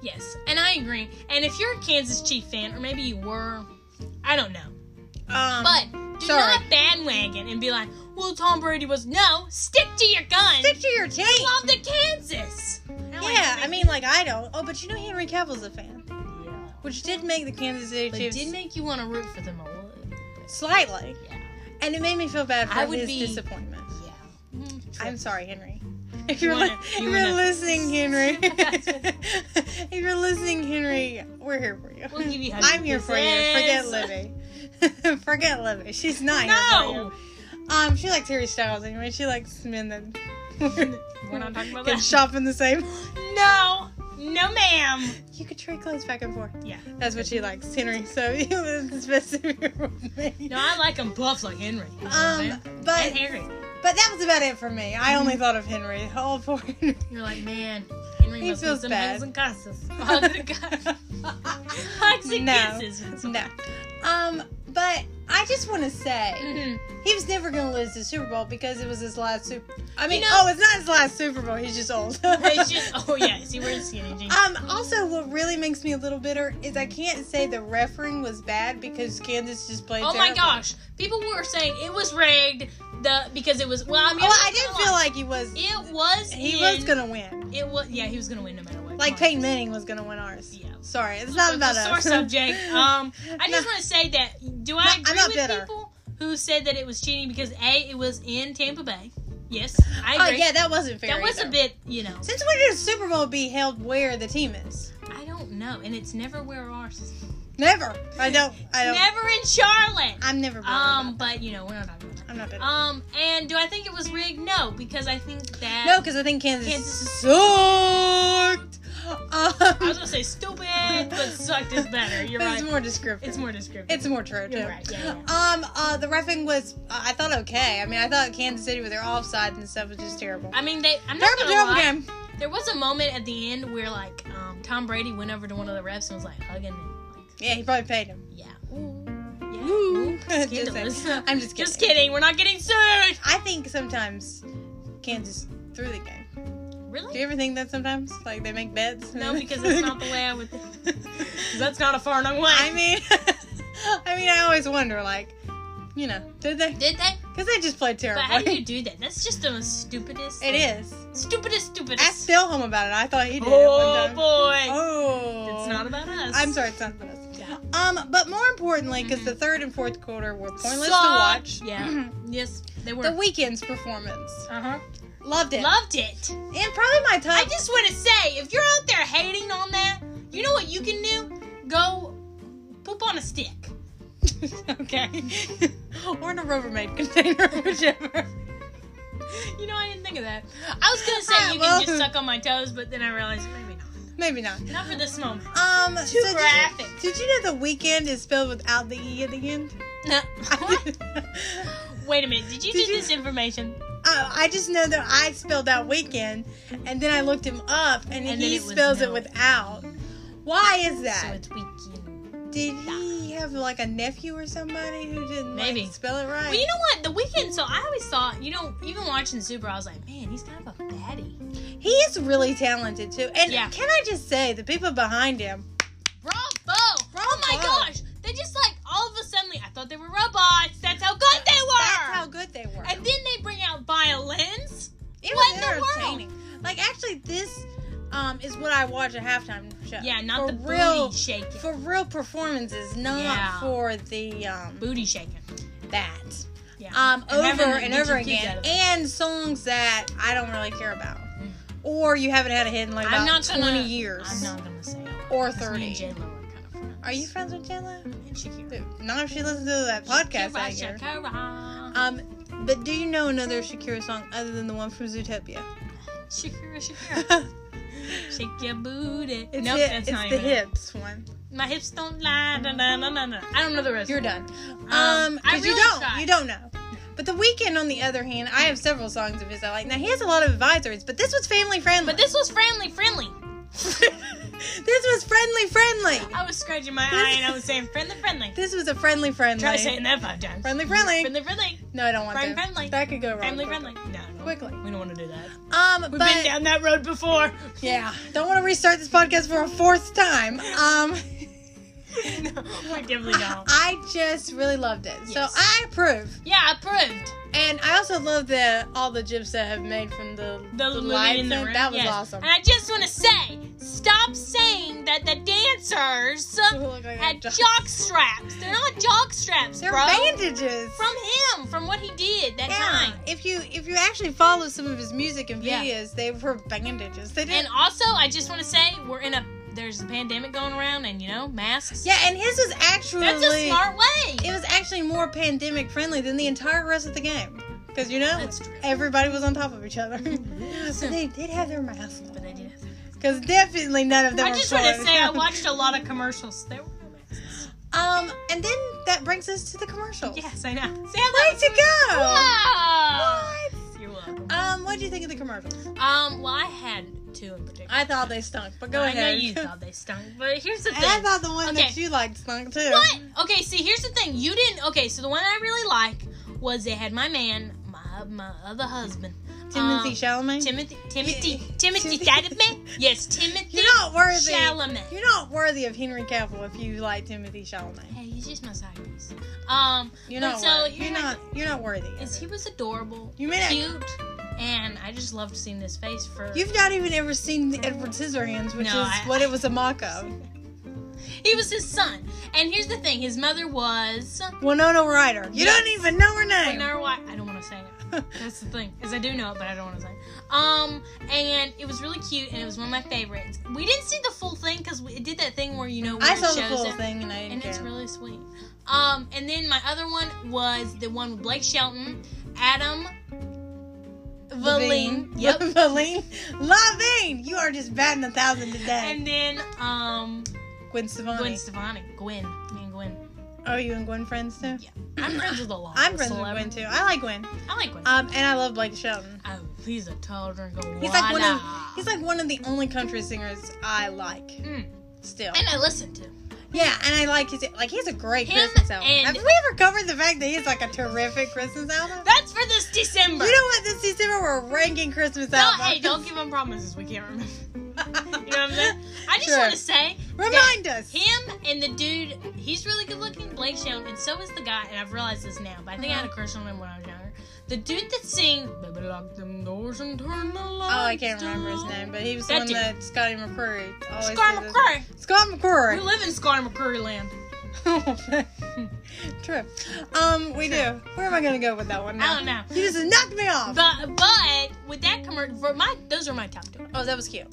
[SPEAKER 1] Yes, and I agree. And if you're a Kansas Chief fan, or maybe you were, I don't know.
[SPEAKER 2] Um,
[SPEAKER 1] But do
[SPEAKER 2] sorry.
[SPEAKER 1] not bandwagon and be like, well, Tom Brady was. No, stick to your gun.
[SPEAKER 2] stick to your team.
[SPEAKER 1] I love the Kansas.
[SPEAKER 2] Yeah, I mean, like I don't. Oh, but you know Henry Cavill's a fan,
[SPEAKER 1] yeah.
[SPEAKER 2] which did make the Kansas City
[SPEAKER 1] But it
[SPEAKER 2] Chiefs
[SPEAKER 1] did make you want to root for them a little.
[SPEAKER 2] slightly,
[SPEAKER 1] Yeah.
[SPEAKER 2] and it made me feel bad for
[SPEAKER 1] I would
[SPEAKER 2] his
[SPEAKER 1] be-
[SPEAKER 2] disappointment.
[SPEAKER 1] Yeah. Mm, true.
[SPEAKER 2] I'm sorry, Henry. [LAUGHS] If
[SPEAKER 1] You
[SPEAKER 2] you're,
[SPEAKER 1] wanna-
[SPEAKER 2] li-
[SPEAKER 1] you
[SPEAKER 2] if you're
[SPEAKER 1] wanna-
[SPEAKER 2] listening,
[SPEAKER 1] [LAUGHS]
[SPEAKER 2] Henry. [LAUGHS]
[SPEAKER 1] That's
[SPEAKER 2] if you're listening, Henry, we're here for you.
[SPEAKER 1] We'll give you
[SPEAKER 2] I'm here for you. Forget
[SPEAKER 1] kisses.
[SPEAKER 2] Libby. [LAUGHS] Forget Libby. She's not
[SPEAKER 1] No.
[SPEAKER 2] here. for you. Um, she likes Harry Styles anyway. She likes men that [LAUGHS]
[SPEAKER 1] We're not talking about
[SPEAKER 2] can
[SPEAKER 1] that.
[SPEAKER 2] shop in the same.
[SPEAKER 1] No. No, ma'am.
[SPEAKER 2] You could trade clothes back and forth.
[SPEAKER 1] Yeah.
[SPEAKER 2] That's what she likes, Henry. So [LAUGHS] you it's best if you're with me.
[SPEAKER 1] No, I like them buff like Henry. You know what I'm
[SPEAKER 2] um,
[SPEAKER 1] saying?
[SPEAKER 2] but
[SPEAKER 1] and Harry. Mm-hmm.
[SPEAKER 2] but that was about it for me. I only thought of Henry. All poor Henry.
[SPEAKER 1] You're like, man, Henry
[SPEAKER 2] He
[SPEAKER 1] must
[SPEAKER 2] feels
[SPEAKER 1] be some
[SPEAKER 2] bad.
[SPEAKER 1] hugs and kisses.
[SPEAKER 2] [LAUGHS]
[SPEAKER 1] Hugs [LAUGHS] and kisses. Hugs and
[SPEAKER 2] No.
[SPEAKER 1] kisses.
[SPEAKER 2] No. Um, but I just want to say
[SPEAKER 1] Mhm.
[SPEAKER 2] he was never going to lose the Super Bowl because it was his last Super. I mean,
[SPEAKER 1] know-
[SPEAKER 2] oh, it's not his last Super Bowl. He's just old.
[SPEAKER 1] It's just, oh yes, he wears skinny jeans.
[SPEAKER 2] Um, also, what really makes me a little bitter is I can't say the refereeing was bad because Kansas just played.
[SPEAKER 1] oh my
[SPEAKER 2] terrible.
[SPEAKER 1] gosh, people were saying it was rigged. The because it was well, I mean,
[SPEAKER 2] Well,
[SPEAKER 1] I'm
[SPEAKER 2] I
[SPEAKER 1] not
[SPEAKER 2] did
[SPEAKER 1] gonna
[SPEAKER 2] feel
[SPEAKER 1] lie.
[SPEAKER 2] like he was.
[SPEAKER 1] it was.
[SPEAKER 2] He
[SPEAKER 1] in-
[SPEAKER 2] was gonna win.
[SPEAKER 1] It was yeah, he was gonna win no matter what.
[SPEAKER 2] Like
[SPEAKER 1] Marcus.
[SPEAKER 2] Peyton Manning was gonna win ours.
[SPEAKER 1] Yeah.
[SPEAKER 2] Sorry, it's not
[SPEAKER 1] Look,
[SPEAKER 2] about
[SPEAKER 1] the
[SPEAKER 2] us.
[SPEAKER 1] sore
[SPEAKER 2] [LAUGHS]
[SPEAKER 1] subject. Um, I just
[SPEAKER 2] No.
[SPEAKER 1] want to say that do
[SPEAKER 2] No,
[SPEAKER 1] I
[SPEAKER 2] I'm
[SPEAKER 1] agree
[SPEAKER 2] not
[SPEAKER 1] with
[SPEAKER 2] bitter.
[SPEAKER 1] people who said that it was cheating because a it was in Tampa Bay? Yes, I
[SPEAKER 2] Oh
[SPEAKER 1] agree.
[SPEAKER 2] yeah, that wasn't fair.
[SPEAKER 1] that was
[SPEAKER 2] either.
[SPEAKER 1] a bit, you know.
[SPEAKER 2] Since when did a Super Bowl be held where the team is?
[SPEAKER 1] I don't know, and it's never where ours. is.
[SPEAKER 2] Never. I don't. I don't.
[SPEAKER 1] Never in Charlotte.
[SPEAKER 2] I'm never. bitter about
[SPEAKER 1] Um,
[SPEAKER 2] that.
[SPEAKER 1] but you know we're not talking about
[SPEAKER 2] I'm not
[SPEAKER 1] that.
[SPEAKER 2] bitter.
[SPEAKER 1] Um, and do I think it was rigged? No, because I think that
[SPEAKER 2] no, because I think Kansas,
[SPEAKER 1] Kansas-
[SPEAKER 2] sucked.
[SPEAKER 1] I
[SPEAKER 2] [LAUGHS]
[SPEAKER 1] was gonna say stupid, but sucked is better. You're
[SPEAKER 2] it's
[SPEAKER 1] right.
[SPEAKER 2] Um, more descriptive.
[SPEAKER 1] it's more descriptive.
[SPEAKER 2] It's more true too.
[SPEAKER 1] You're right, yeah,
[SPEAKER 2] Um, uh, the refing was uh, I thought okay. I mean, I thought Kansas City with their offside and stuff was just terrible.
[SPEAKER 1] I mean, they. I'm not gonna
[SPEAKER 2] terrible, terrible
[SPEAKER 1] lie.
[SPEAKER 2] game.
[SPEAKER 1] There was a moment at the end where like um, Tom Brady went over to one of the refs and was like hugging and like
[SPEAKER 2] Yeah, he probably paid him.
[SPEAKER 1] yeah. Ooh. Yeah.
[SPEAKER 2] Woo.
[SPEAKER 1] Ooh.
[SPEAKER 2] [LAUGHS] Just saying.
[SPEAKER 1] Scandalous.
[SPEAKER 2] I'm just kidding.
[SPEAKER 1] Just kidding. We're not getting sued.
[SPEAKER 2] I think sometimes Kansas threw the game. Do
[SPEAKER 1] Really?
[SPEAKER 2] you ever think that sometimes, like they make bets?
[SPEAKER 1] No, because that's not the way
[SPEAKER 2] [LAUGHS]
[SPEAKER 1] I would. That's not a far enough way.
[SPEAKER 2] I mean, [LAUGHS] I mean, I always wonder, like, you know, did they?
[SPEAKER 1] Did they?
[SPEAKER 2] Because they just played
[SPEAKER 1] But
[SPEAKER 2] terrible.
[SPEAKER 1] how
[SPEAKER 2] [LAUGHS]
[SPEAKER 1] do you do that? That's just the stupidest.
[SPEAKER 2] it is.
[SPEAKER 1] Stupidest,
[SPEAKER 2] Ask
[SPEAKER 1] stupidest.
[SPEAKER 2] Phil home about it. I thought he did
[SPEAKER 1] oh
[SPEAKER 2] it one time.
[SPEAKER 1] boy.
[SPEAKER 2] Oh,
[SPEAKER 1] It's not about us.
[SPEAKER 2] I'm sorry, it's not about us.
[SPEAKER 1] Yeah.
[SPEAKER 2] Um, but more importantly, because
[SPEAKER 1] Mhm.
[SPEAKER 2] the third and fourth quarter were pointless
[SPEAKER 1] Suck.
[SPEAKER 2] to watch. [CLEARS THROAT]
[SPEAKER 1] Yeah. Yes, they were.
[SPEAKER 2] the weekend's performance,
[SPEAKER 1] uh huh.
[SPEAKER 2] loved it,
[SPEAKER 1] Loved it.
[SPEAKER 2] and probably my top.
[SPEAKER 1] I just want to say, if you're out there hating on that, you know what you can do? Go poop on a stick.
[SPEAKER 2] [LAUGHS]
[SPEAKER 1] [LAUGHS]
[SPEAKER 2] okay. [LAUGHS] or in a Rubbermaid container, [LAUGHS] whichever.
[SPEAKER 1] You know, I didn't think of that. I was gonna say
[SPEAKER 2] Ah,
[SPEAKER 1] you
[SPEAKER 2] well.
[SPEAKER 1] can just suck on my toes, but then I realized maybe not.
[SPEAKER 2] Maybe not.
[SPEAKER 1] Not for this moment.
[SPEAKER 2] [LAUGHS] Um,
[SPEAKER 1] Too
[SPEAKER 2] so
[SPEAKER 1] graphic.
[SPEAKER 2] Did you, did you know the weekend is spelled without the e at the end? [LAUGHS]
[SPEAKER 1] No. What?
[SPEAKER 2] I,
[SPEAKER 1] Wait a minute. Did you
[SPEAKER 2] Did
[SPEAKER 1] do
[SPEAKER 2] you-
[SPEAKER 1] this information?
[SPEAKER 2] Uh, I just know that I spelled out weekend, and then I looked him up, and,
[SPEAKER 1] And then
[SPEAKER 2] he
[SPEAKER 1] it was
[SPEAKER 2] spells it
[SPEAKER 1] no.
[SPEAKER 2] without. Why is
[SPEAKER 1] So
[SPEAKER 2] that?
[SPEAKER 1] it's weekend.
[SPEAKER 2] did he have like a nephew or somebody who didn't like,
[SPEAKER 1] Maybe.
[SPEAKER 2] spell it right?
[SPEAKER 1] Well, you know what? The weekend. So I always thought, you know, even watching Super, I was like, man, he's kind of a fatty.
[SPEAKER 2] he is really talented too. And
[SPEAKER 1] Yeah.
[SPEAKER 2] can I just say, the people behind him,
[SPEAKER 1] Bravo! Oh my
[SPEAKER 2] Bravo.
[SPEAKER 1] gosh! They just like all of a sudden, I thought they were robots. That's how good they were.
[SPEAKER 2] that's how good they were.
[SPEAKER 1] And then they bring out violins. What
[SPEAKER 2] It was
[SPEAKER 1] in the world?
[SPEAKER 2] entertaining. Like actually, this um, is what I watch at halftime show.
[SPEAKER 1] Yeah, not
[SPEAKER 2] for
[SPEAKER 1] the
[SPEAKER 2] real
[SPEAKER 1] booty shaking.
[SPEAKER 2] for real performances, not
[SPEAKER 1] Yeah.
[SPEAKER 2] for the um,
[SPEAKER 1] booty shaking.
[SPEAKER 2] that
[SPEAKER 1] Yeah.
[SPEAKER 2] um,
[SPEAKER 1] And having
[SPEAKER 2] over
[SPEAKER 1] to
[SPEAKER 2] and
[SPEAKER 1] get
[SPEAKER 2] over
[SPEAKER 1] your kids out
[SPEAKER 2] again,
[SPEAKER 1] of it. Mm.
[SPEAKER 2] and songs that I don't really care about, or you haven't had a hit in like
[SPEAKER 1] I'm
[SPEAKER 2] about
[SPEAKER 1] not gonna-
[SPEAKER 2] twenty years.
[SPEAKER 1] I'm not gonna say it.
[SPEAKER 2] Or
[SPEAKER 1] 'cause me and
[SPEAKER 2] 30.
[SPEAKER 1] J-Lo are kind of friends.
[SPEAKER 2] Are you friends with Jenna?
[SPEAKER 1] And Shakira.
[SPEAKER 2] Not if she listens to that podcast I hear.
[SPEAKER 1] Shakira, Shakira.
[SPEAKER 2] Um, but do you know another Shakira song other than the one from Zootopia?
[SPEAKER 1] Shakira,
[SPEAKER 2] [LAUGHS]
[SPEAKER 1] Shakira.
[SPEAKER 2] it's
[SPEAKER 1] Shake your booty.
[SPEAKER 2] the,
[SPEAKER 1] nope, that's
[SPEAKER 2] it's
[SPEAKER 1] not
[SPEAKER 2] the
[SPEAKER 1] even it.
[SPEAKER 2] hips one.
[SPEAKER 1] My hips don't lie. Da, da, da, da, da. I don't know the rest.
[SPEAKER 2] You're done.
[SPEAKER 1] Um,
[SPEAKER 2] Um,
[SPEAKER 1] I
[SPEAKER 2] 'cause you
[SPEAKER 1] really
[SPEAKER 2] don't,
[SPEAKER 1] tried.
[SPEAKER 2] you don't know. But the weekend, on the other hand, I have several songs of his I like. Now he has a lot of advisories, but this was family friendly.
[SPEAKER 1] But this was friendly, friendly.
[SPEAKER 2] [LAUGHS] this, was friendly friendly.
[SPEAKER 1] I was scratching my eye and I was saying friendly, friendly.
[SPEAKER 2] This was a friendly friendly.
[SPEAKER 1] Try saying that five times.
[SPEAKER 2] friendly friendly.
[SPEAKER 1] friendly, friendly.
[SPEAKER 2] No, I don't want
[SPEAKER 1] Friend
[SPEAKER 2] that.
[SPEAKER 1] friendly.
[SPEAKER 2] That could go wrong.
[SPEAKER 1] Family
[SPEAKER 2] quickly.
[SPEAKER 1] friendly. No, no.
[SPEAKER 2] Quickly.
[SPEAKER 1] We don't want to do that.
[SPEAKER 2] Um,
[SPEAKER 1] We've
[SPEAKER 2] but
[SPEAKER 1] been down that road before. [LAUGHS]
[SPEAKER 2] yeah, don't want to restart this podcast for a fourth time. Um,
[SPEAKER 1] no, we definitely don't.
[SPEAKER 2] [LAUGHS] I just really loved it, so
[SPEAKER 1] Yes.
[SPEAKER 2] I approve.
[SPEAKER 1] Yeah, approved.
[SPEAKER 2] And I also love the all the gifs that have made from the
[SPEAKER 1] The, the
[SPEAKER 2] lights
[SPEAKER 1] in the
[SPEAKER 2] and-
[SPEAKER 1] room.
[SPEAKER 2] That was
[SPEAKER 1] yes.
[SPEAKER 2] awesome.
[SPEAKER 1] And I just want to say, stop saying that the dancers
[SPEAKER 2] Look like [LAUGHS]
[SPEAKER 1] had
[SPEAKER 2] a-
[SPEAKER 1] jock straps. They're not jock straps,
[SPEAKER 2] They're
[SPEAKER 1] bro.
[SPEAKER 2] bandages.
[SPEAKER 1] From him, from what he did that
[SPEAKER 2] yeah.
[SPEAKER 1] time.
[SPEAKER 2] If you if you actually follow some of his music and
[SPEAKER 1] Yeah.
[SPEAKER 2] videos, they were bandages. They didn't.
[SPEAKER 1] And also, I just want to say, we're in a there's a pandemic going around, and you know, masks.
[SPEAKER 2] yeah, and his was actually
[SPEAKER 1] That's a smart way.
[SPEAKER 2] it was actually more pandemic friendly than the entire rest of the game. Because you know
[SPEAKER 1] That's true.
[SPEAKER 2] everybody was on top of each [LAUGHS] other. so they did have their masks.
[SPEAKER 1] But I did have to-
[SPEAKER 2] Because definitely none of them.
[SPEAKER 1] I
[SPEAKER 2] were
[SPEAKER 1] just want to
[SPEAKER 2] full.
[SPEAKER 1] say,
[SPEAKER 2] [LAUGHS]
[SPEAKER 1] I watched a lot of commercials. There were no masks.
[SPEAKER 2] Um, and then that brings us to the commercials.
[SPEAKER 1] Yes, I know. Sam, that
[SPEAKER 2] Way
[SPEAKER 1] was-
[SPEAKER 2] to go!
[SPEAKER 1] Wow.
[SPEAKER 2] What?
[SPEAKER 1] You're welcome.
[SPEAKER 2] Um, what do you think of the commercials?
[SPEAKER 1] Um, well, I had two in particular.
[SPEAKER 2] I thought they stunk, but go
[SPEAKER 1] I
[SPEAKER 2] ahead. [LAUGHS]
[SPEAKER 1] know you thought they stunk, but here's the
[SPEAKER 2] and I
[SPEAKER 1] thing.
[SPEAKER 2] thought the one that
[SPEAKER 1] Okay.
[SPEAKER 2] you liked stunk too.
[SPEAKER 1] What? Okay, see, here's the thing. You didn't. Okay, so the one I really like was they had my man, my my other husband,
[SPEAKER 2] Timothy
[SPEAKER 1] um,
[SPEAKER 2] Chalamet.
[SPEAKER 1] Timothy, Timothy,
[SPEAKER 2] Yeah.
[SPEAKER 1] Timothy
[SPEAKER 2] Timothy.
[SPEAKER 1] Chalamet. Yes, Timothy
[SPEAKER 2] You're not worthy.
[SPEAKER 1] Chalamet.
[SPEAKER 2] You're not worthy of Henry Cavill if you like Timothy Chalamet.
[SPEAKER 1] Hey, he's just my side piece. Um,
[SPEAKER 2] You're
[SPEAKER 1] But
[SPEAKER 2] not.
[SPEAKER 1] so
[SPEAKER 2] worthy.
[SPEAKER 1] you're
[SPEAKER 2] You're
[SPEAKER 1] not-
[SPEAKER 2] not. You're not worthy.
[SPEAKER 1] is he was adorable,
[SPEAKER 2] You may not.
[SPEAKER 1] cute, and I just loved seeing this face for.
[SPEAKER 2] You've not even ever seen the Edward Scissorhands, which
[SPEAKER 1] No,
[SPEAKER 2] is
[SPEAKER 1] I-
[SPEAKER 2] what
[SPEAKER 1] I-
[SPEAKER 2] it was a mock of.
[SPEAKER 1] He was his son, and here's the thing: his mother was.
[SPEAKER 2] Winona Ryder. You
[SPEAKER 1] Yes.
[SPEAKER 2] don't even know her name.
[SPEAKER 1] Winona Wy- I don't want to say it. That's the thing, is I do know it, but I don't want to say. It. Um, and it was really cute, and it was one of my favorites. We didn't see the full thing because it did that thing where you know when
[SPEAKER 2] [LAUGHS] I
[SPEAKER 1] it
[SPEAKER 2] saw the
[SPEAKER 1] shows
[SPEAKER 2] full
[SPEAKER 1] it,
[SPEAKER 2] thing and I didn't
[SPEAKER 1] and it's
[SPEAKER 2] care.
[SPEAKER 1] really sweet. Um, and then my other one was the one with Blake Shelton, Adam, Valine,
[SPEAKER 2] [LAUGHS]
[SPEAKER 1] yep,
[SPEAKER 2] Valine. Loving. You are just batting a thousand today.
[SPEAKER 1] and then um,
[SPEAKER 2] Gwen Stefani.
[SPEAKER 1] Gwen Stefani, Gwen, me and Gwen.
[SPEAKER 2] Are you and Gwen friends too?
[SPEAKER 1] Yeah, I'm friends with a lot.
[SPEAKER 2] I'm
[SPEAKER 1] of
[SPEAKER 2] friends with Gwen
[SPEAKER 1] celebrities.
[SPEAKER 2] too. I like Gwen.
[SPEAKER 1] I like Gwen.
[SPEAKER 2] Um, and I love Blake Shelton.
[SPEAKER 1] oh, he's a tall drink of water.
[SPEAKER 2] He's like one of he's like one of the only country singers I like.
[SPEAKER 1] Mm.
[SPEAKER 2] Still.
[SPEAKER 1] and I listen to.
[SPEAKER 2] yeah, and I like his like he's a great
[SPEAKER 1] Him
[SPEAKER 2] Christmas album.
[SPEAKER 1] and-
[SPEAKER 2] Have we ever covered the fact that he's like a terrific Christmas album?
[SPEAKER 1] That's for this December.
[SPEAKER 2] You know what? This December we're ranking Christmas
[SPEAKER 1] No,
[SPEAKER 2] albums.
[SPEAKER 1] hey,
[SPEAKER 2] [LAUGHS]
[SPEAKER 1] don't give him promises we can't remember. You know what I'm saying? I just
[SPEAKER 2] Sure.
[SPEAKER 1] want to say
[SPEAKER 2] Remind us.
[SPEAKER 1] him and the dude, he's really good looking, Blake Shelton, and so is the guy, and I've realized this now, but I think I had
[SPEAKER 2] Uh-huh.
[SPEAKER 1] a crush on him when I was younger. The dude that sings, Baby, lock them doors and turn the lights
[SPEAKER 2] Oh, I can't remember his name, but he was the
[SPEAKER 1] That
[SPEAKER 2] one
[SPEAKER 1] dude.
[SPEAKER 2] that Scotty McCreery always
[SPEAKER 1] Scar
[SPEAKER 2] did this-
[SPEAKER 1] McCreary.
[SPEAKER 2] Scott
[SPEAKER 1] We
[SPEAKER 2] [LAUGHS] McCreery.
[SPEAKER 1] live in Scar McCreary land.
[SPEAKER 2] True. Um, we do. Where am I gonna go with that one now?
[SPEAKER 1] I don't know.
[SPEAKER 2] You just knocked me off.
[SPEAKER 1] But but with that commercial, for my those are my top two.
[SPEAKER 2] oh, that was cute.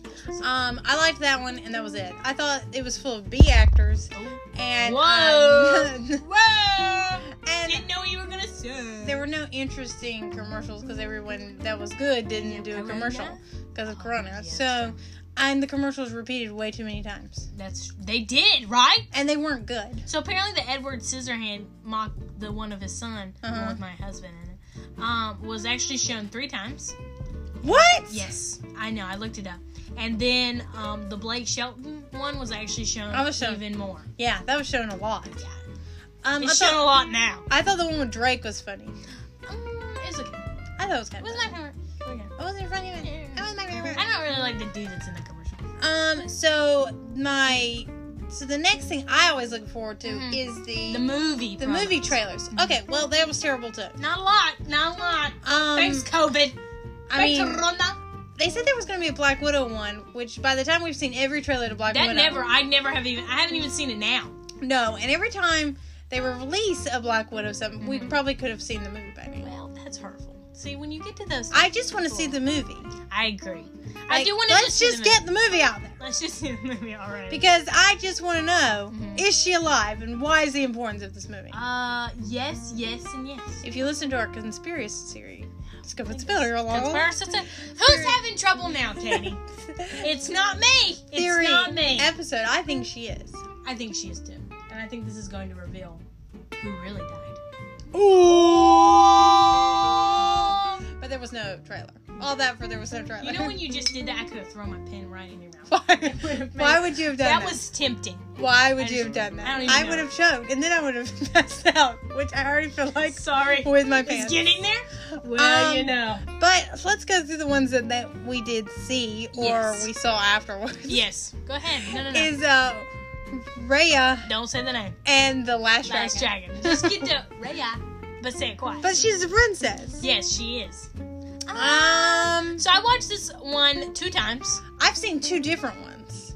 [SPEAKER 2] Um, I liked that one, and that was it. I thought it was full of B actors, and
[SPEAKER 1] Whoa!
[SPEAKER 2] um, [LAUGHS]
[SPEAKER 1] Whoa!
[SPEAKER 2] and
[SPEAKER 1] Didn't know you were gonna say.
[SPEAKER 2] there were no interesting commercials because everyone that was good didn't do a
[SPEAKER 1] Corona?
[SPEAKER 2] commercial because of
[SPEAKER 1] Oh,
[SPEAKER 2] Corona.
[SPEAKER 1] yeah,
[SPEAKER 2] so, and the commercials repeated way too many times,
[SPEAKER 1] That's they did right.
[SPEAKER 2] and they weren't good.
[SPEAKER 1] So apparently, the Edward Scissorhand mock, the one of his son, the one
[SPEAKER 2] Uh-huh.
[SPEAKER 1] with my husband in it, um, was actually shown three times.
[SPEAKER 2] What?
[SPEAKER 1] Yes, I know. I looked it up. And then um, the Blake Shelton one was actually shown,
[SPEAKER 2] I was shown-
[SPEAKER 1] even more.
[SPEAKER 2] Yeah, that was shown a lot.
[SPEAKER 1] Yeah.
[SPEAKER 2] Um, I
[SPEAKER 1] It's shown
[SPEAKER 2] thought,
[SPEAKER 1] a lot now.
[SPEAKER 2] I thought the one with Drake was funny.
[SPEAKER 1] Um,
[SPEAKER 2] Mm,
[SPEAKER 1] it's okay.
[SPEAKER 2] I thought it was
[SPEAKER 1] It
[SPEAKER 2] kind of.
[SPEAKER 1] was
[SPEAKER 2] funny.
[SPEAKER 1] my favorite. Okay.
[SPEAKER 2] It wasn't funny. but-
[SPEAKER 1] Yeah.
[SPEAKER 2] It wasn't my favorite.
[SPEAKER 1] I don't really like the dude that's in the commercial.
[SPEAKER 2] Um, so my so the next thing I always look forward to
[SPEAKER 1] Mhm.
[SPEAKER 2] is the
[SPEAKER 1] The movie.
[SPEAKER 2] the
[SPEAKER 1] products.
[SPEAKER 2] movie trailers. Okay, well that was terrible too.
[SPEAKER 1] Not a lot. Not a lot.
[SPEAKER 2] Um,
[SPEAKER 1] Thanks, COVID.
[SPEAKER 2] I mean,
[SPEAKER 1] Thanks, Corona.
[SPEAKER 2] they said there was going to be a Black Widow one, which by the time we've seen every trailer to Black
[SPEAKER 1] That
[SPEAKER 2] Widow,
[SPEAKER 1] never. I never have even. I haven't even seen it now.
[SPEAKER 2] no, and every time they release a Black Widow something, we
[SPEAKER 1] Mhm.
[SPEAKER 2] probably could have seen the movie by now.
[SPEAKER 1] Well, that's hurtful. See, when you get to those,
[SPEAKER 2] I just want to see the movie.
[SPEAKER 1] I agree. I
[SPEAKER 2] Like,
[SPEAKER 1] do want to
[SPEAKER 2] Let's just get the movie out there.
[SPEAKER 1] Let's just see the movie already.
[SPEAKER 2] Because I just want to know
[SPEAKER 1] Mhm.
[SPEAKER 2] is she alive and why is the importance of this movie?
[SPEAKER 1] uh, yes, yes, and yes.
[SPEAKER 2] If you listen to our conspiracy theory, it's good with Spiller along.
[SPEAKER 1] Conspiracy theory. Who's having trouble now,
[SPEAKER 2] [LAUGHS]
[SPEAKER 1] Teddy? it's not me. It's
[SPEAKER 2] Theory
[SPEAKER 1] not me.
[SPEAKER 2] episode, I think she is.
[SPEAKER 1] I think she is too, and I think this is going to reveal who really died.
[SPEAKER 2] Ooh. But there was no trailer. All that for there was no trailer.
[SPEAKER 1] You know when you just did that, I could have thrown my pen right in your mouth.
[SPEAKER 2] [LAUGHS]
[SPEAKER 1] [LAUGHS]
[SPEAKER 2] why, why would you have done
[SPEAKER 1] That
[SPEAKER 2] that?
[SPEAKER 1] was tempting.
[SPEAKER 2] why would
[SPEAKER 1] I
[SPEAKER 2] you have
[SPEAKER 1] just-
[SPEAKER 2] done that?
[SPEAKER 1] I don't even know.
[SPEAKER 2] would have choked, and then I would have [LAUGHS] passed out, which I already feel like
[SPEAKER 1] Sorry.
[SPEAKER 2] with my
[SPEAKER 1] It's
[SPEAKER 2] pants.
[SPEAKER 1] getting there. Well,
[SPEAKER 2] Um,
[SPEAKER 1] you know.
[SPEAKER 2] But let's go through the ones that, that we did see or
[SPEAKER 1] Yes.
[SPEAKER 2] we saw afterwards.
[SPEAKER 1] Yes. Go ahead. No, no, no.
[SPEAKER 2] Is uh, Raya
[SPEAKER 1] Don't say the name.
[SPEAKER 2] and the Last,
[SPEAKER 1] Last
[SPEAKER 2] Dragon.
[SPEAKER 1] Dragon. Just get to [LAUGHS] Raya, but say it quiet.
[SPEAKER 2] But she's a princess.
[SPEAKER 1] yes, she is.
[SPEAKER 2] Um,
[SPEAKER 1] So I watched this one two times.
[SPEAKER 2] I've seen two different ones.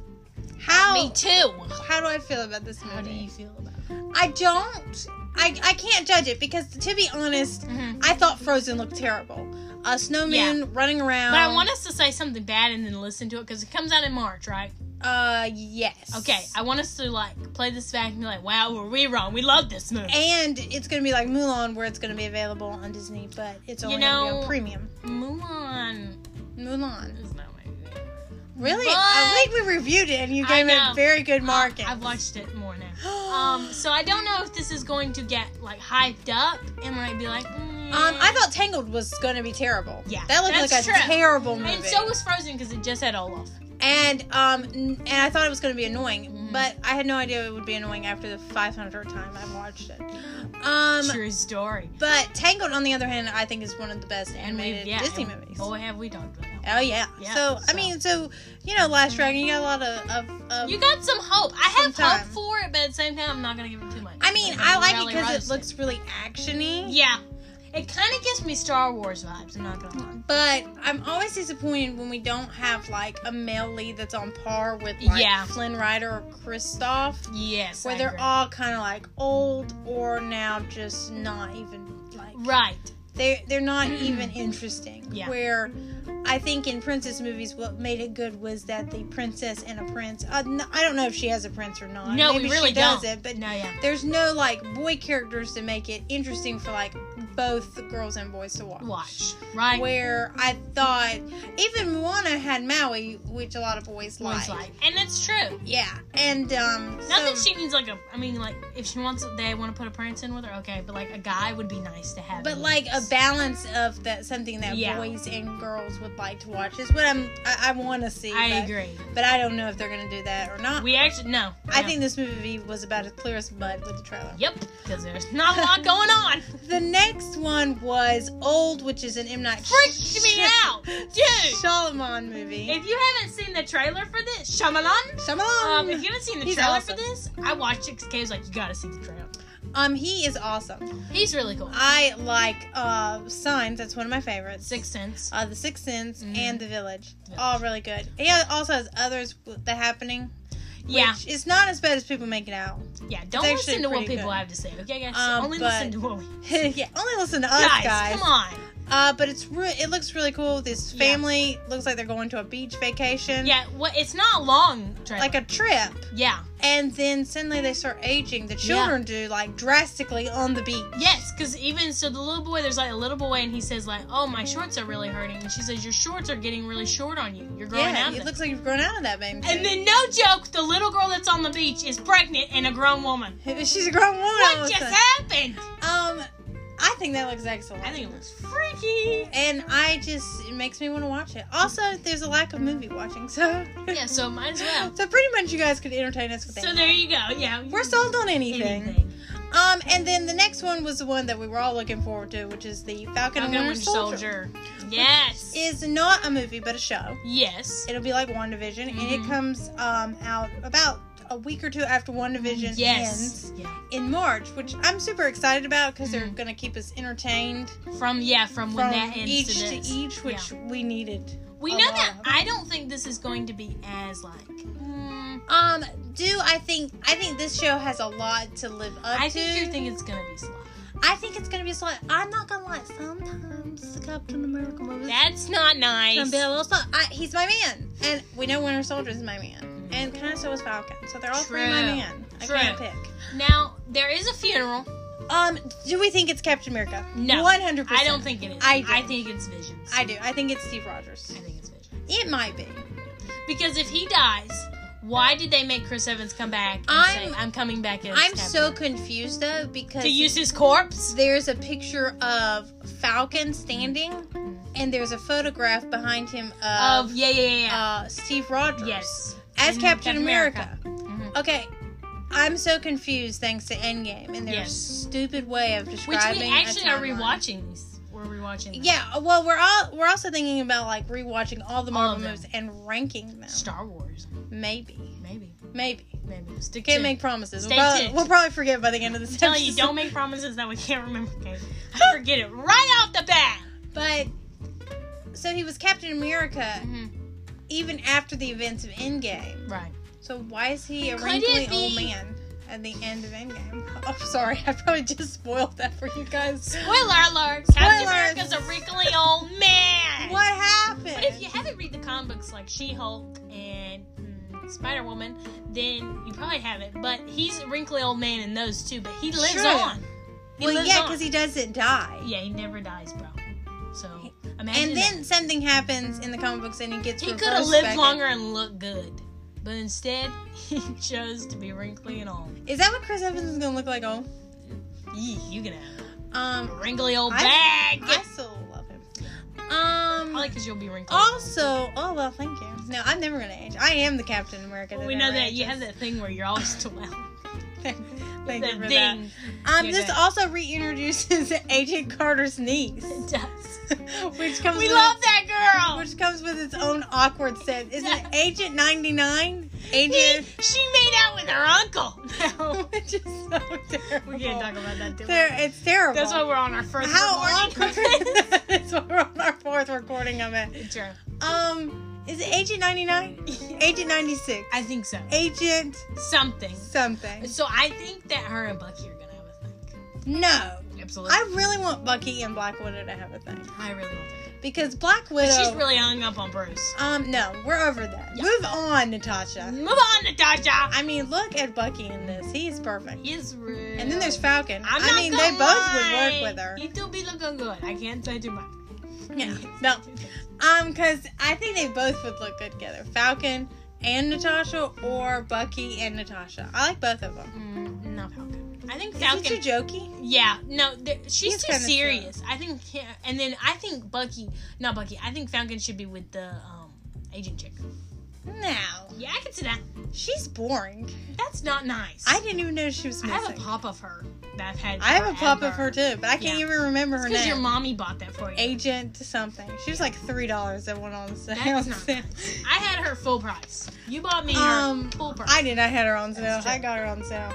[SPEAKER 2] How
[SPEAKER 1] Me too.
[SPEAKER 2] how do I feel about this movie?
[SPEAKER 1] How do you feel about it?
[SPEAKER 2] I don't. I I can't judge it because to be honest,
[SPEAKER 1] Mhm.
[SPEAKER 2] I thought Frozen looked terrible. A snowman running around.
[SPEAKER 1] But I want us to say something bad and then listen to it because it comes out in March, right?
[SPEAKER 2] Uh, yes.
[SPEAKER 1] Okay. I want us to like play this back and be like, "Wow, were we wrong? We love this movie."
[SPEAKER 2] and it's gonna be like Mulan, where it's gonna be available on Disney, but it's
[SPEAKER 1] You
[SPEAKER 2] only gonna be
[SPEAKER 1] know-
[SPEAKER 2] on premium.
[SPEAKER 1] Mulan
[SPEAKER 2] Mulan.
[SPEAKER 1] is not my favorite.
[SPEAKER 2] Really?
[SPEAKER 1] But-
[SPEAKER 2] I think we reviewed it, and you
[SPEAKER 1] I
[SPEAKER 2] gave
[SPEAKER 1] know.
[SPEAKER 2] it very good marking.
[SPEAKER 1] I've
[SPEAKER 2] [GASPS]
[SPEAKER 1] watched it more now. Um, so I don't know if this is going to get like hyped up and like be like. Mm.
[SPEAKER 2] Um, I thought Tangled was gonna be terrible.
[SPEAKER 1] Yeah,
[SPEAKER 2] that looked
[SPEAKER 1] that's
[SPEAKER 2] like a
[SPEAKER 1] true.
[SPEAKER 2] terrible movie.
[SPEAKER 1] And so was Frozen because it just had Olaf.
[SPEAKER 2] and um, n- and I thought it was gonna be annoying,
[SPEAKER 1] Mhm.
[SPEAKER 2] but I had no idea it would be annoying after the 500th time I've watched it. Um,
[SPEAKER 1] True story.
[SPEAKER 2] but Tangled, on the other hand, I think is one of the best
[SPEAKER 1] And
[SPEAKER 2] animated
[SPEAKER 1] we've yeah,
[SPEAKER 2] Disney
[SPEAKER 1] and
[SPEAKER 2] movies.
[SPEAKER 1] Boy, have we talked about that.
[SPEAKER 2] Oh yeah.
[SPEAKER 1] Yeah,
[SPEAKER 2] so, I
[SPEAKER 1] so-
[SPEAKER 2] mean, so you know, Last Dragon, you got a lot of. of, of
[SPEAKER 1] You got some hope. I have
[SPEAKER 2] Um, Sometime.
[SPEAKER 1] hope for it, but at the same time, I'm not gonna give it too much.
[SPEAKER 2] I mean,
[SPEAKER 1] Like,
[SPEAKER 2] I
[SPEAKER 1] I'm
[SPEAKER 2] like it
[SPEAKER 1] really
[SPEAKER 2] because it
[SPEAKER 1] roasted.
[SPEAKER 2] looks really actiony.
[SPEAKER 1] Yeah, It kind of gives me Star Wars vibes. I'm not gonna lie.
[SPEAKER 2] But I'm always disappointed when we don't have like a male lead that's on par with like
[SPEAKER 1] Yeah.
[SPEAKER 2] Flynn Rider or Kristoff,
[SPEAKER 1] Yes,
[SPEAKER 2] where
[SPEAKER 1] I
[SPEAKER 2] they're
[SPEAKER 1] agree.
[SPEAKER 2] all kind of like old or now just not even like
[SPEAKER 1] right.
[SPEAKER 2] they they're not even interesting.
[SPEAKER 1] Yeah.
[SPEAKER 2] Where I think in princess movies, what made it good was that the princess and a prince. Uh, n- I don't know if she has a prince or not.
[SPEAKER 1] No,
[SPEAKER 2] Maybe
[SPEAKER 1] we really
[SPEAKER 2] she does
[SPEAKER 1] don't.
[SPEAKER 2] it, but
[SPEAKER 1] No, yeah,
[SPEAKER 2] there's no like boy characters to make it interesting for like both the girls and boys to watch.
[SPEAKER 1] watch right.
[SPEAKER 2] Where I thought even Moana had Maui, which a lot of boys
[SPEAKER 1] Boys
[SPEAKER 2] like.
[SPEAKER 1] like, and it's true.
[SPEAKER 2] Yeah, and um,
[SPEAKER 1] Not that
[SPEAKER 2] so-
[SPEAKER 1] she needs like a. I mean, like if she wants, they want to put a prince in with her. Okay, but like a guy would be nice to have.
[SPEAKER 2] but
[SPEAKER 1] in
[SPEAKER 2] like a
[SPEAKER 1] this.
[SPEAKER 2] balance of that something that
[SPEAKER 1] Yeah.
[SPEAKER 2] boys and girls would like to watch is what I'm I, I want to see.
[SPEAKER 1] I
[SPEAKER 2] but-
[SPEAKER 1] agree.
[SPEAKER 2] but I don't know if they're gonna do that or not.
[SPEAKER 1] We actually no.
[SPEAKER 2] I
[SPEAKER 1] no.
[SPEAKER 2] think this movie was about as clear as mud with the trailer.
[SPEAKER 1] Yep, because there's not a lot going
[SPEAKER 2] [LAUGHS]
[SPEAKER 1] on.
[SPEAKER 2] The next one was Old, which is an M Night
[SPEAKER 1] Freaked me out, dude.
[SPEAKER 2] Shyamalan movie.
[SPEAKER 1] If you haven't seen the trailer for this, Shyamalan.
[SPEAKER 2] Shyamalan.
[SPEAKER 1] Um, if you haven't seen the
[SPEAKER 2] He's
[SPEAKER 1] trailer
[SPEAKER 2] awesome.
[SPEAKER 1] for this, I watched it because Kay was like, "You gotta see the trailer."
[SPEAKER 2] Um, he is awesome.
[SPEAKER 1] He's really cool.
[SPEAKER 2] I like uh Signs. That's one of my favorites.
[SPEAKER 1] Sixth Sense.
[SPEAKER 2] Uh, The Sixth Sense
[SPEAKER 1] Mhm.
[SPEAKER 2] and The Village.
[SPEAKER 1] Village.
[SPEAKER 2] All really good. He also has others with The Happening.
[SPEAKER 1] Yeah,
[SPEAKER 2] Which is not as bad as people make it out. [LAUGHS]
[SPEAKER 1] yeah. Don't
[SPEAKER 2] actually
[SPEAKER 1] listen to what
[SPEAKER 2] pretty
[SPEAKER 1] people
[SPEAKER 2] good.
[SPEAKER 1] have to say, okay, guys?
[SPEAKER 2] Um,
[SPEAKER 1] Only
[SPEAKER 2] but-
[SPEAKER 1] listen to what we.
[SPEAKER 2] yeah, only listen to us,
[SPEAKER 1] Guys,
[SPEAKER 2] guys.
[SPEAKER 1] come on.
[SPEAKER 2] Uh, but it's re- it looks really cool. This
[SPEAKER 1] Yeah.
[SPEAKER 2] family looks like they're going to a beach vacation.
[SPEAKER 1] Yeah, what? It's not a long. Trailer.
[SPEAKER 2] um, like a trip.
[SPEAKER 1] yeah,
[SPEAKER 2] And then suddenly they start aging. The children do like drastically on the beach.
[SPEAKER 1] yes, because even so, the little boy. There's like a little boy, and he says like, "Oh, my shorts are really hurting," and she says, "Your shorts are getting really short on you. You're growing
[SPEAKER 2] yeah,
[SPEAKER 1] out." of
[SPEAKER 2] it
[SPEAKER 1] them."
[SPEAKER 2] looks like you've grown out of that baby.
[SPEAKER 1] And then, no joke, the little girl that's on the beach is pregnant and a grown woman.
[SPEAKER 2] [LAUGHS] she's a grown woman. all of
[SPEAKER 1] What
[SPEAKER 2] a
[SPEAKER 1] just
[SPEAKER 2] sudden.
[SPEAKER 1] happened?
[SPEAKER 2] Um, I think that looks excellent.
[SPEAKER 1] I think it looks freaky.
[SPEAKER 2] And I just it makes me want to watch it. Also, there's a lack of movie watching, so
[SPEAKER 1] Yeah, so might as well.
[SPEAKER 2] [LAUGHS] So pretty much you guys could entertain us with
[SPEAKER 1] So
[SPEAKER 2] anything.
[SPEAKER 1] there you go. Yeah,
[SPEAKER 2] We're sold on anything.
[SPEAKER 1] anything.
[SPEAKER 2] Um, and then the next one was the one that we were all looking forward to, which is the Falcon,
[SPEAKER 1] I'm
[SPEAKER 2] and
[SPEAKER 1] gonna
[SPEAKER 2] Winter
[SPEAKER 1] win
[SPEAKER 2] Soldier.
[SPEAKER 1] soldier. Yes.
[SPEAKER 2] Is not a movie but a show.
[SPEAKER 1] yes.
[SPEAKER 2] It'll be like WandaVision, and it
[SPEAKER 1] Mhm.
[SPEAKER 2] comes um out about a week or two after WandaVision
[SPEAKER 1] Yes.
[SPEAKER 2] ends
[SPEAKER 1] Yeah.
[SPEAKER 2] in March, which I'm super excited about because they're
[SPEAKER 1] Mhm.
[SPEAKER 2] gonna keep us entertained
[SPEAKER 1] From yeah, from when
[SPEAKER 2] from
[SPEAKER 1] that ends
[SPEAKER 2] each
[SPEAKER 1] to
[SPEAKER 2] to,
[SPEAKER 1] this.
[SPEAKER 2] each, which we needed.
[SPEAKER 1] we
[SPEAKER 2] a
[SPEAKER 1] know
[SPEAKER 2] lot
[SPEAKER 1] that.
[SPEAKER 2] of-
[SPEAKER 1] I don't think this is going to be as like. mm,
[SPEAKER 2] Um, do I think I think this show has a lot to live up
[SPEAKER 1] I
[SPEAKER 2] to?
[SPEAKER 1] think you think it's gonna be slow.
[SPEAKER 2] I think it's gonna be slow. I'm not gonna lie. Sometimes the Captain America movies
[SPEAKER 1] That's not
[SPEAKER 2] can
[SPEAKER 1] nice.
[SPEAKER 2] be a little slow. I, he's my man, and we know Winter Soldier is my man, and kind of so is Falcon. So they're all three my
[SPEAKER 1] True.
[SPEAKER 2] man. I
[SPEAKER 1] True.
[SPEAKER 2] can't pick.
[SPEAKER 1] Now there is a funeral.
[SPEAKER 2] Um, do we think it's Captain America?
[SPEAKER 1] No.
[SPEAKER 2] one hundred percent.
[SPEAKER 1] I don't think it is.
[SPEAKER 2] I do.
[SPEAKER 1] I think it's visions.
[SPEAKER 2] I do. I think it's Steve Rogers.
[SPEAKER 1] I think it's visions.
[SPEAKER 2] It might be.
[SPEAKER 1] Because if he dies, why did they make Chris Evans come back and
[SPEAKER 2] I'm-
[SPEAKER 1] say, I'm coming back as
[SPEAKER 2] I'm
[SPEAKER 1] Captain
[SPEAKER 2] so
[SPEAKER 1] America"?
[SPEAKER 2] confused though because
[SPEAKER 1] to use his corpse?
[SPEAKER 2] there's a picture of Falcon standing, and there's a photograph behind him of,
[SPEAKER 1] Of yeah, yeah, yeah, yeah.
[SPEAKER 2] uh, Steve Rogers.
[SPEAKER 1] yes.
[SPEAKER 2] as
[SPEAKER 1] Mhm,
[SPEAKER 2] Captain America.
[SPEAKER 1] Mhm.
[SPEAKER 2] Okay, I'm so confused thanks to Endgame and their
[SPEAKER 1] Yes.
[SPEAKER 2] stupid way of
[SPEAKER 1] Which
[SPEAKER 2] describing.
[SPEAKER 1] we
[SPEAKER 2] a
[SPEAKER 1] actually are
[SPEAKER 2] timeline.
[SPEAKER 1] rewatching these. We're rewatching them.
[SPEAKER 2] Yeah, well, we're all we're also thinking about like rewatching all the
[SPEAKER 1] All
[SPEAKER 2] Marvel
[SPEAKER 1] of them.
[SPEAKER 2] movies and ranking them.
[SPEAKER 1] Star Wars.
[SPEAKER 2] Maybe,
[SPEAKER 1] Maybe.
[SPEAKER 2] maybe
[SPEAKER 1] Maybe. Stick
[SPEAKER 2] can't
[SPEAKER 1] to
[SPEAKER 2] make promises.
[SPEAKER 1] Stay
[SPEAKER 2] we'll, probably,
[SPEAKER 1] tuned.
[SPEAKER 2] we'll probably forget by the end of this.
[SPEAKER 1] I'm telling you,
[SPEAKER 2] episode.
[SPEAKER 1] don't make promises that we can't remember.
[SPEAKER 2] [LAUGHS]
[SPEAKER 1] Okay. I forget it right off the bat.
[SPEAKER 2] But so he was Captain America even after the events of Endgame.
[SPEAKER 1] Right.
[SPEAKER 2] So why is he a
[SPEAKER 1] Could
[SPEAKER 2] wrinkly
[SPEAKER 1] it
[SPEAKER 2] old
[SPEAKER 1] be-
[SPEAKER 2] man at the end of Endgame? [LAUGHS] Oh, sorry, I probably just spoiled that for you guys.
[SPEAKER 1] Spoiler alert.
[SPEAKER 2] Spoilers.
[SPEAKER 1] Captain America's a wrinkly old man.
[SPEAKER 2] What happened?
[SPEAKER 1] But if you haven't read the comic books like She Hulk and mm, Spider Woman, then you probably haven't. But he's a wrinkly old man in those too. But he lives
[SPEAKER 2] Sure.
[SPEAKER 1] on. He
[SPEAKER 2] well,
[SPEAKER 1] lives
[SPEAKER 2] yeah,
[SPEAKER 1] on.
[SPEAKER 2] because he doesn't die.
[SPEAKER 1] yeah, he never dies, bro. So imagine
[SPEAKER 2] And
[SPEAKER 1] that.
[SPEAKER 2] then something happens in the comic books, and he gets.
[SPEAKER 1] he could
[SPEAKER 2] reversed
[SPEAKER 1] have lived
[SPEAKER 2] back
[SPEAKER 1] longer and looked good, but instead [LAUGHS] he chose to be wrinkly and old.
[SPEAKER 2] in. Is that what Chris Evans is gonna look like? Oh,
[SPEAKER 1] Yee, you can have a
[SPEAKER 2] um,
[SPEAKER 1] wrinkly old
[SPEAKER 2] I-
[SPEAKER 1] bag.
[SPEAKER 2] I still love him. Um.
[SPEAKER 1] Probably because you'll be wrinkly.
[SPEAKER 2] also, oh well, thank you. No, I'm never gonna age. I am the Captain America.
[SPEAKER 1] [LAUGHS] we know that you have that thing where you're always twelve.
[SPEAKER 2] that. [LAUGHS] Thank you
[SPEAKER 1] the
[SPEAKER 2] for that.
[SPEAKER 1] ding.
[SPEAKER 2] Um,
[SPEAKER 1] You're
[SPEAKER 2] this
[SPEAKER 1] good.
[SPEAKER 2] also reintroduces [LAUGHS] Agent Carter's niece, [LAUGHS]
[SPEAKER 1] Yes.
[SPEAKER 2] which comes
[SPEAKER 1] We
[SPEAKER 2] with
[SPEAKER 1] love that girl.
[SPEAKER 2] which comes with its own awkward set.
[SPEAKER 1] [LAUGHS]
[SPEAKER 2] Is it
[SPEAKER 1] Yeah.
[SPEAKER 2] Agent Ninety Nine?
[SPEAKER 1] He-
[SPEAKER 2] Agent,
[SPEAKER 1] she made out with her [LAUGHS] uncle.
[SPEAKER 2] [LAUGHS] which is so terrible.
[SPEAKER 1] we can't talk about that. do we?
[SPEAKER 2] Ter- it's terrible.
[SPEAKER 1] That's why we're on our first.
[SPEAKER 2] How awkward!
[SPEAKER 1] recording. [LAUGHS]
[SPEAKER 2] That's why we're on our fourth recording of it.
[SPEAKER 1] It's true.
[SPEAKER 2] Um, is it Agent
[SPEAKER 1] [LAUGHS]
[SPEAKER 2] Ninety Nine? Agent Ninety Six?
[SPEAKER 1] I think so.
[SPEAKER 2] Agent
[SPEAKER 1] Something.
[SPEAKER 2] something?
[SPEAKER 1] So I think that her and Bucky are gonna have a thing.
[SPEAKER 2] No,
[SPEAKER 1] Absolutely.
[SPEAKER 2] I really want Bucky and Black Widow to have a thing
[SPEAKER 1] I really don't think.
[SPEAKER 2] because Black Widow.
[SPEAKER 1] But she's really hung up on Bruce.
[SPEAKER 2] Um, no, we're over that.
[SPEAKER 1] Yeah.
[SPEAKER 2] Move on, Natasha.
[SPEAKER 1] Move on, Natasha.
[SPEAKER 2] I mean, look at Bucky in this. He's perfect.
[SPEAKER 1] He's real.
[SPEAKER 2] And then there's Falcon.
[SPEAKER 1] I'm
[SPEAKER 2] I
[SPEAKER 1] not
[SPEAKER 2] mean,
[SPEAKER 1] gonna
[SPEAKER 2] they both
[SPEAKER 1] lie.
[SPEAKER 2] would work with her.
[SPEAKER 1] He do be looking good. I can't say too much.
[SPEAKER 2] Yeah. No. Um, cause I think they both would look good together. Falcon and Natasha, or Bucky and Natasha. I like both of them.
[SPEAKER 1] Mm, not Falcon. I think
[SPEAKER 2] Falcon.
[SPEAKER 1] Falcon.
[SPEAKER 2] Is he too jokey?
[SPEAKER 1] Yeah, no, th- she's
[SPEAKER 2] He's
[SPEAKER 1] too
[SPEAKER 2] kinda
[SPEAKER 1] serious. I think, yeah, and then I think Bucky, not Bucky. I think Falcon should be with the um, agent chick.
[SPEAKER 2] No,
[SPEAKER 1] Yeah, I can see that.
[SPEAKER 2] she's boring.
[SPEAKER 1] That's not nice.
[SPEAKER 2] I didn't even know she was
[SPEAKER 1] I
[SPEAKER 2] missing.
[SPEAKER 1] have a pop of her that I've had.
[SPEAKER 2] I have a pop of her
[SPEAKER 1] forever.
[SPEAKER 2] too, but I can't
[SPEAKER 1] Yeah.
[SPEAKER 2] even remember
[SPEAKER 1] It's
[SPEAKER 2] her
[SPEAKER 1] because
[SPEAKER 2] name.
[SPEAKER 1] your mommy bought that for you.
[SPEAKER 2] Agent something. She was like three dollars that went on sale.
[SPEAKER 1] That's not
[SPEAKER 2] [LAUGHS]
[SPEAKER 1] I had her full price. You bought me
[SPEAKER 2] Um,
[SPEAKER 1] her full price.
[SPEAKER 2] I did. I had her on sale.
[SPEAKER 1] That's true.
[SPEAKER 2] I got her on sale.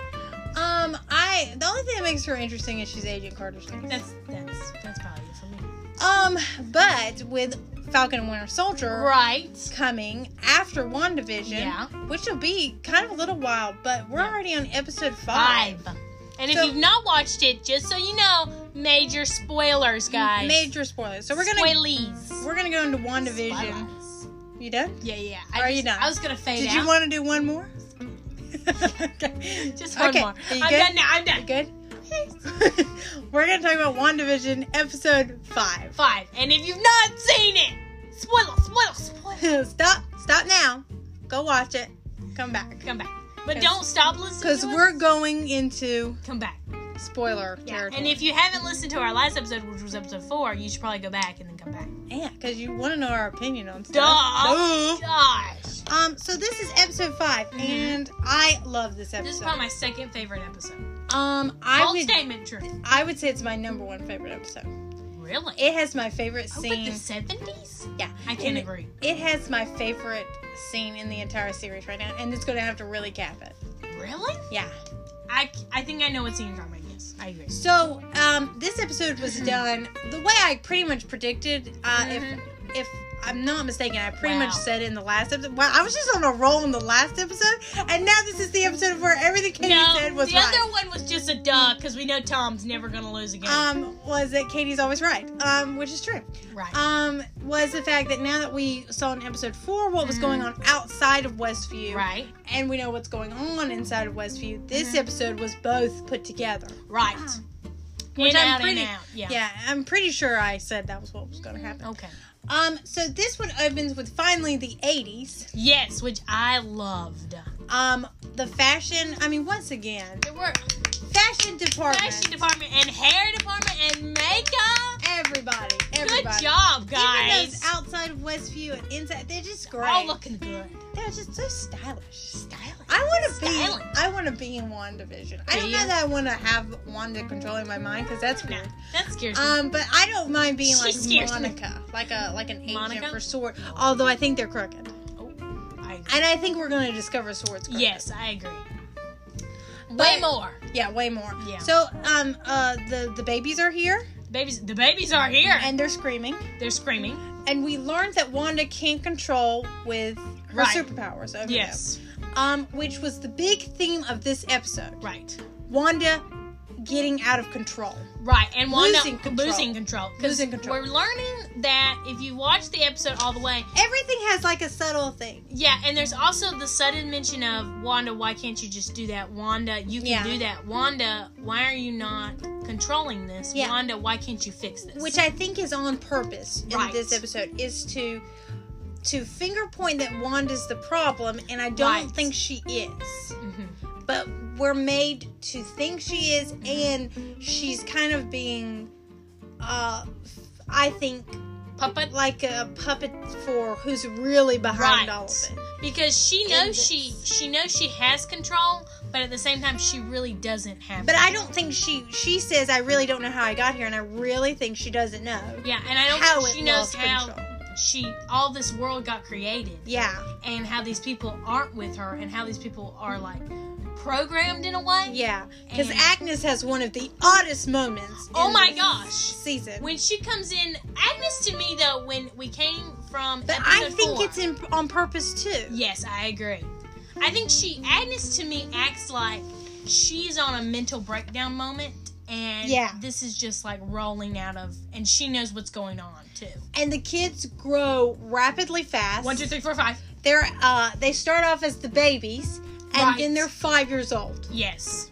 [SPEAKER 2] Um, I the only thing that makes her interesting is she's Agent Carter's niece.
[SPEAKER 1] That's that's that's probably it for me.
[SPEAKER 2] Um, but with Falcon and Winter Soldier
[SPEAKER 1] Right.
[SPEAKER 2] coming after WandaVision,
[SPEAKER 1] Yeah.
[SPEAKER 2] which will be kind of a little while, but we're
[SPEAKER 1] Yeah.
[SPEAKER 2] already on episode five.
[SPEAKER 1] Five. And if
[SPEAKER 2] So-
[SPEAKER 1] you've not watched it, just so you know, major spoilers, guys.
[SPEAKER 2] Major spoilers. So we're gonna
[SPEAKER 1] Spoilies.
[SPEAKER 2] we're gonna go into WandaVision.
[SPEAKER 1] Spoilers.
[SPEAKER 2] You done?
[SPEAKER 1] Yeah, yeah.
[SPEAKER 2] Are
[SPEAKER 1] I
[SPEAKER 2] you
[SPEAKER 1] just-
[SPEAKER 2] done?
[SPEAKER 1] I was gonna fade
[SPEAKER 2] Did
[SPEAKER 1] out.
[SPEAKER 2] you want to do one more? [LAUGHS] okay.
[SPEAKER 1] just one
[SPEAKER 2] Okay,
[SPEAKER 1] more.
[SPEAKER 2] are
[SPEAKER 1] I'm
[SPEAKER 2] you
[SPEAKER 1] done now. I'm
[SPEAKER 2] You
[SPEAKER 1] done.
[SPEAKER 2] Good. [LAUGHS] we're gonna talk about WandaVision episode five. [LAUGHS]
[SPEAKER 1] Five. And if you've not seen it, spoiler, spoiler, spoiler.
[SPEAKER 2] stop. Stop now. Go watch it. Come back.
[SPEAKER 1] Come back. But
[SPEAKER 2] 'Cause-
[SPEAKER 1] don't stop listening.
[SPEAKER 2] Because
[SPEAKER 1] to us.
[SPEAKER 2] we're going into
[SPEAKER 1] come back.
[SPEAKER 2] spoiler
[SPEAKER 1] Yeah.
[SPEAKER 2] territory.
[SPEAKER 1] And if you haven't listened to our last episode, which was episode four, you should probably go back and then come back.
[SPEAKER 2] Yeah, because you want to know our opinion on
[SPEAKER 1] Duh.
[SPEAKER 2] stuff.
[SPEAKER 1] Gosh.
[SPEAKER 2] Duh. Um, so this is episode 5
[SPEAKER 1] Mhm.
[SPEAKER 2] and I love this episode.
[SPEAKER 1] This is probably my second favorite episode.
[SPEAKER 2] um, I
[SPEAKER 1] Bold
[SPEAKER 2] would
[SPEAKER 1] statement, true.
[SPEAKER 2] I would say it's my number one favorite episode.
[SPEAKER 1] Really?
[SPEAKER 2] It has my favorite
[SPEAKER 1] oh, but
[SPEAKER 2] scene.
[SPEAKER 1] the seventies?
[SPEAKER 2] Yeah.
[SPEAKER 1] I can't
[SPEAKER 2] And-
[SPEAKER 1] agree.
[SPEAKER 2] It has my favorite scene in the entire series right now, and it's going to have to really cap it.
[SPEAKER 1] Really?
[SPEAKER 2] Yeah.
[SPEAKER 1] I, I think I know what scene you're talking about. Yes, I agree.
[SPEAKER 2] So um, this episode was
[SPEAKER 1] Mm-hmm.
[SPEAKER 2] done the way I pretty much predicted. Uh,
[SPEAKER 1] Mhm.
[SPEAKER 2] If if I'm not mistaken, I pretty
[SPEAKER 1] Wow.
[SPEAKER 2] much said in the last episode. Wow, I was just on a roll in the last episode, and now this is the episode where everything Katie
[SPEAKER 1] no,
[SPEAKER 2] said was
[SPEAKER 1] the
[SPEAKER 2] right.
[SPEAKER 1] other one was just a duh because we know Tom's never gonna lose again.
[SPEAKER 2] um, was that Katie's always right, um, which is true.
[SPEAKER 1] right.
[SPEAKER 2] Um, was the fact that now that we saw in episode four what was
[SPEAKER 1] Mhm.
[SPEAKER 2] going on outside of Westview,
[SPEAKER 1] right.
[SPEAKER 2] and we know what's going on inside of Westview, this
[SPEAKER 1] Mhm.
[SPEAKER 2] episode was both put together.
[SPEAKER 1] Right.
[SPEAKER 2] uh, Which
[SPEAKER 1] In,
[SPEAKER 2] I'm
[SPEAKER 1] out, in,
[SPEAKER 2] pretty-
[SPEAKER 1] out. Yeah. Mm-hmm.
[SPEAKER 2] yeah, I'm pretty sure I said that was what was going to happen.
[SPEAKER 1] Okay.
[SPEAKER 2] Um, so this one opens with finally the 80s.
[SPEAKER 1] Yes, which I loved.
[SPEAKER 2] Um, the fashion, I mean, once again,
[SPEAKER 1] There were
[SPEAKER 2] fashion department.
[SPEAKER 1] fashion department and hair department and makeup.
[SPEAKER 2] Everybody, everybody.
[SPEAKER 1] Good job,
[SPEAKER 2] Even those
[SPEAKER 1] guys.
[SPEAKER 2] outside of Westview and inside, they're just great.
[SPEAKER 1] All looking good.
[SPEAKER 2] They're just so stylish.
[SPEAKER 1] Styling.
[SPEAKER 2] I want to be.
[SPEAKER 1] Styling.
[SPEAKER 2] I want to be in WandaVision. I
[SPEAKER 1] Do
[SPEAKER 2] don't
[SPEAKER 1] you?
[SPEAKER 2] know that I want to have Wanda controlling my mind because that's
[SPEAKER 1] No,
[SPEAKER 2] weird.
[SPEAKER 1] that scares me.
[SPEAKER 2] Um, but I don't mind being
[SPEAKER 1] She
[SPEAKER 2] like
[SPEAKER 1] scares me.
[SPEAKER 2] Monica, like a like an agent
[SPEAKER 1] Monica?
[SPEAKER 2] for sword. Although I think they're crooked,
[SPEAKER 1] Oh, I agree.
[SPEAKER 2] and I think we're going to discover swords. Crooked.
[SPEAKER 1] Yes, I agree. Way
[SPEAKER 2] But-
[SPEAKER 1] more.
[SPEAKER 2] Yeah, way more.
[SPEAKER 1] Yeah.
[SPEAKER 2] So, um, uh, the the babies are here
[SPEAKER 1] Babies, the babies are here.
[SPEAKER 2] and they're screaming,
[SPEAKER 1] They're screaming.
[SPEAKER 2] and we learned that Wanda can't control with her
[SPEAKER 1] Right.
[SPEAKER 2] superpowers. over
[SPEAKER 1] Yes,
[SPEAKER 2] them. Um, which was the big theme of this episode.
[SPEAKER 1] right,
[SPEAKER 2] Wanda getting out of control.
[SPEAKER 1] right, and Wanda
[SPEAKER 2] Losing control.
[SPEAKER 1] losing control. 'Cause
[SPEAKER 2] Losing control.
[SPEAKER 1] We're learning that if you watch the episode all the way,
[SPEAKER 2] Everything has like a subtle thing.
[SPEAKER 1] yeah, and there's also the sudden mention of Wanda. Why can't you just do that, Wanda? You can
[SPEAKER 2] Yeah.
[SPEAKER 1] do that, Wanda. Why are you not controlling this,
[SPEAKER 2] Yeah.
[SPEAKER 1] Wanda? Why can't you fix this?
[SPEAKER 2] which I think is on purpose in
[SPEAKER 1] Right.
[SPEAKER 2] this episode, is to to finger point that Wanda's the problem, and I don't
[SPEAKER 1] Right.
[SPEAKER 2] think she is.
[SPEAKER 1] Mhm.
[SPEAKER 2] But we're made to think she is, and she's kind of being, uh, I think,
[SPEAKER 1] puppet
[SPEAKER 2] like a puppet for who's really behind
[SPEAKER 1] Right.
[SPEAKER 2] all of it.
[SPEAKER 1] because she knows
[SPEAKER 2] this.
[SPEAKER 1] she she knows she has control, but at the same time, she really doesn't have.
[SPEAKER 2] But
[SPEAKER 1] it.
[SPEAKER 2] I don't think she she says I really don't know how I got here, and I really think she doesn't know
[SPEAKER 1] Yeah, and I don't
[SPEAKER 2] how
[SPEAKER 1] think
[SPEAKER 2] it
[SPEAKER 1] she knows
[SPEAKER 2] lost
[SPEAKER 1] how
[SPEAKER 2] control.
[SPEAKER 1] she all this world got created
[SPEAKER 2] Yeah,
[SPEAKER 1] and how these people aren't with her and how these people are like programmed in a way.
[SPEAKER 2] yeah, because
[SPEAKER 1] And-
[SPEAKER 2] Agnes has one of the oddest moments.
[SPEAKER 1] Oh
[SPEAKER 2] in
[SPEAKER 1] my
[SPEAKER 2] this
[SPEAKER 1] gosh.
[SPEAKER 2] season.
[SPEAKER 1] When she comes in, Agnes to me though, when we came from,
[SPEAKER 2] but I
[SPEAKER 1] episode
[SPEAKER 2] think
[SPEAKER 1] four-
[SPEAKER 2] it's in, on purpose too.
[SPEAKER 1] Yes, I agree. I think she Agnes to me acts like she's on a mental breakdown moment and
[SPEAKER 2] Yeah.
[SPEAKER 1] this is just like rolling out of and she knows what's going on too.
[SPEAKER 2] And the kids grow rapidly fast.
[SPEAKER 1] One, two, three, four, five.
[SPEAKER 2] They're uh, they start off as the babies, and
[SPEAKER 1] Right.
[SPEAKER 2] then they're five years old.
[SPEAKER 1] Yes.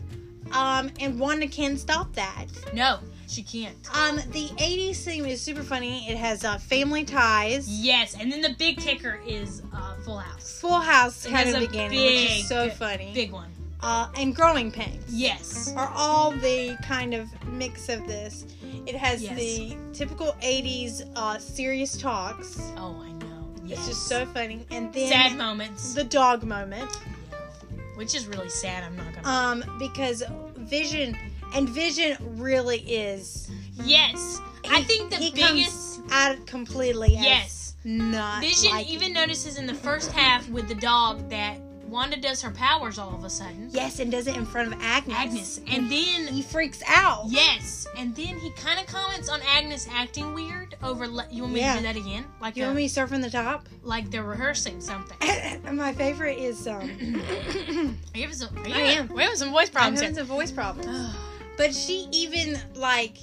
[SPEAKER 2] Um, and Wanda can't stop that.
[SPEAKER 1] No, she can't.
[SPEAKER 2] Um, the '80s theme is super funny. It has uh, family ties.
[SPEAKER 1] Yes, and then the big kicker is uh, Full House.
[SPEAKER 2] Full House
[SPEAKER 1] It
[SPEAKER 2] kind
[SPEAKER 1] has
[SPEAKER 2] of
[SPEAKER 1] a
[SPEAKER 2] beginning, which
[SPEAKER 1] big,
[SPEAKER 2] is so funny.
[SPEAKER 1] Big one.
[SPEAKER 2] Uh, and Growing Pains
[SPEAKER 1] Yes.
[SPEAKER 2] are all the kind of mix of this. It has
[SPEAKER 1] Yes.
[SPEAKER 2] the typical 80s uh, serious talks.
[SPEAKER 1] Oh, I know. Yes.
[SPEAKER 2] It's just so funny. And then
[SPEAKER 1] sad moments.
[SPEAKER 2] the dog moment.
[SPEAKER 1] Which is really sad, I'm not gonna
[SPEAKER 2] Um, because Vision, and Vision really is
[SPEAKER 1] Yes. I
[SPEAKER 2] He-
[SPEAKER 1] think the
[SPEAKER 2] he comes
[SPEAKER 1] biggest
[SPEAKER 2] out completely as
[SPEAKER 1] Yes.
[SPEAKER 2] not
[SPEAKER 1] Vision
[SPEAKER 2] like-
[SPEAKER 1] even notices in the first half with the dog that Wanda does her powers all of a sudden.
[SPEAKER 2] Yes, and does it in front of Agnes.
[SPEAKER 1] Agnes. And then,
[SPEAKER 2] he freaks out.
[SPEAKER 1] yes. And then he kind of comments on Agnes acting weird over. Le- you want me
[SPEAKER 2] Yeah.
[SPEAKER 1] to do that again? Like,
[SPEAKER 2] You
[SPEAKER 1] they're-
[SPEAKER 2] want me to start from the top? [LAUGHS]
[SPEAKER 1] like they're rehearsing something.
[SPEAKER 2] My favorite
[SPEAKER 1] [CLEARS THROAT]
[SPEAKER 2] is um
[SPEAKER 1] Are you having some, are you
[SPEAKER 2] I am.
[SPEAKER 1] We're having some voice
[SPEAKER 2] I'm
[SPEAKER 1] problems.
[SPEAKER 2] having
[SPEAKER 1] here.
[SPEAKER 2] some voice problems.
[SPEAKER 1] Ugh.
[SPEAKER 2] But she even like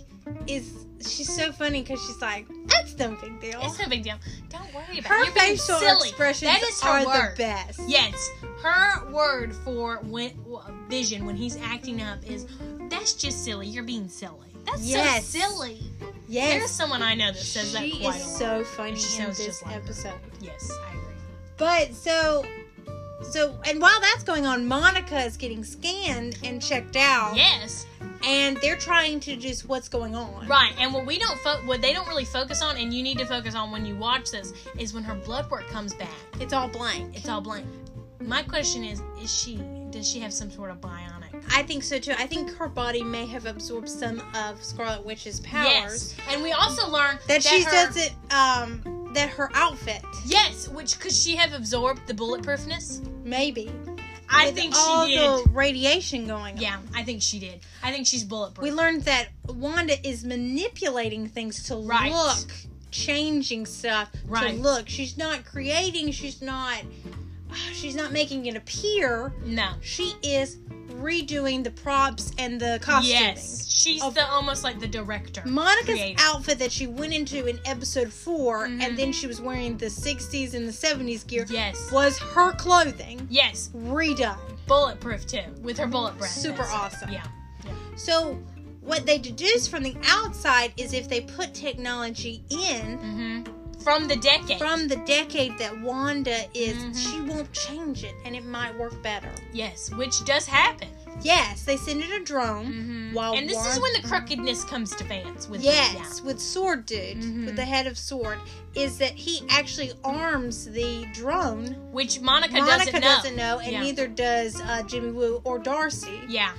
[SPEAKER 2] is she's so funny because she's like that's no big deal.
[SPEAKER 1] it's no big deal. Don't worry about it.
[SPEAKER 2] Oh. her
[SPEAKER 1] You're being
[SPEAKER 2] facial
[SPEAKER 1] silly.
[SPEAKER 2] expressions
[SPEAKER 1] That is her
[SPEAKER 2] are
[SPEAKER 1] word.
[SPEAKER 2] the best.
[SPEAKER 1] Yes, her word for when Vision when he's acting up is that's just silly. You're being silly. That's
[SPEAKER 2] Yes.
[SPEAKER 1] so silly. There's
[SPEAKER 2] yes.
[SPEAKER 1] someone I know that says that
[SPEAKER 2] she
[SPEAKER 1] quite
[SPEAKER 2] is
[SPEAKER 1] a lot.
[SPEAKER 2] so funny
[SPEAKER 1] She
[SPEAKER 2] in
[SPEAKER 1] sounds
[SPEAKER 2] this
[SPEAKER 1] just like her.
[SPEAKER 2] episode.
[SPEAKER 1] yes, I agree.
[SPEAKER 2] But so so and while that's going on, Monica is getting scanned and checked out,
[SPEAKER 1] Yes,
[SPEAKER 2] and they're trying to just what's going on.
[SPEAKER 1] right. And what we don't fo- what they don't really focus on, and you need to focus on when you watch this, is when her blood work comes back.
[SPEAKER 2] It's all blank.
[SPEAKER 1] It's all blank. My question is: Is she? Does she have some sort of bionic?
[SPEAKER 2] I think so too. I think her body may have absorbed some of Scarlet Witch's
[SPEAKER 1] Yes.
[SPEAKER 2] powers.
[SPEAKER 1] And we also learn
[SPEAKER 2] that she
[SPEAKER 1] her-
[SPEAKER 2] does it um that her outfit
[SPEAKER 1] Yes, which could she have absorbed the bulletproofness?
[SPEAKER 2] maybe
[SPEAKER 1] I
[SPEAKER 2] with
[SPEAKER 1] think
[SPEAKER 2] all
[SPEAKER 1] she did.
[SPEAKER 2] the radiation going on
[SPEAKER 1] Yeah, I think she did. I think she's bulletproof.
[SPEAKER 2] we learned that wanda is manipulating things to
[SPEAKER 1] Right.
[SPEAKER 2] look changing stuff
[SPEAKER 1] Right.
[SPEAKER 2] to look she's not creating she's not [SIGHS] she's not making it appear
[SPEAKER 1] no.
[SPEAKER 2] she is redoing the props and the costuming
[SPEAKER 1] Yes, she's
[SPEAKER 2] Of-
[SPEAKER 1] the almost like the director.
[SPEAKER 2] Monica's
[SPEAKER 1] Creative.
[SPEAKER 2] outfit that she went into in episode 4
[SPEAKER 1] Mhm.
[SPEAKER 2] and then she was wearing the 60s and the 70s gear,
[SPEAKER 1] Yes.
[SPEAKER 2] was her clothing
[SPEAKER 1] Yes,
[SPEAKER 2] redone.
[SPEAKER 1] bulletproof too, with her bullet breath.
[SPEAKER 2] Super awesome.
[SPEAKER 1] Yeah.
[SPEAKER 2] So, what they deduce from the outside is if they put technology in
[SPEAKER 1] hmm From the decade.
[SPEAKER 2] from the decade that Wanda is,
[SPEAKER 1] Mhm.
[SPEAKER 2] she won't change it and it might work better.
[SPEAKER 1] yes, which does happen.
[SPEAKER 2] Yes, they send it a drone. While
[SPEAKER 1] Mm-hmm. and this is
[SPEAKER 2] one-
[SPEAKER 1] when the crookedness comes to fans. With
[SPEAKER 2] Yes, with Sword Dude,
[SPEAKER 1] Mhm.
[SPEAKER 2] with the head of Sword, is that he actually arms the drone
[SPEAKER 1] yeah. which Monica,
[SPEAKER 2] Monica
[SPEAKER 1] doesn't know.
[SPEAKER 2] and
[SPEAKER 1] Yeah.
[SPEAKER 2] neither does uh, Jimmy Woo or Darcy.
[SPEAKER 1] Yeah.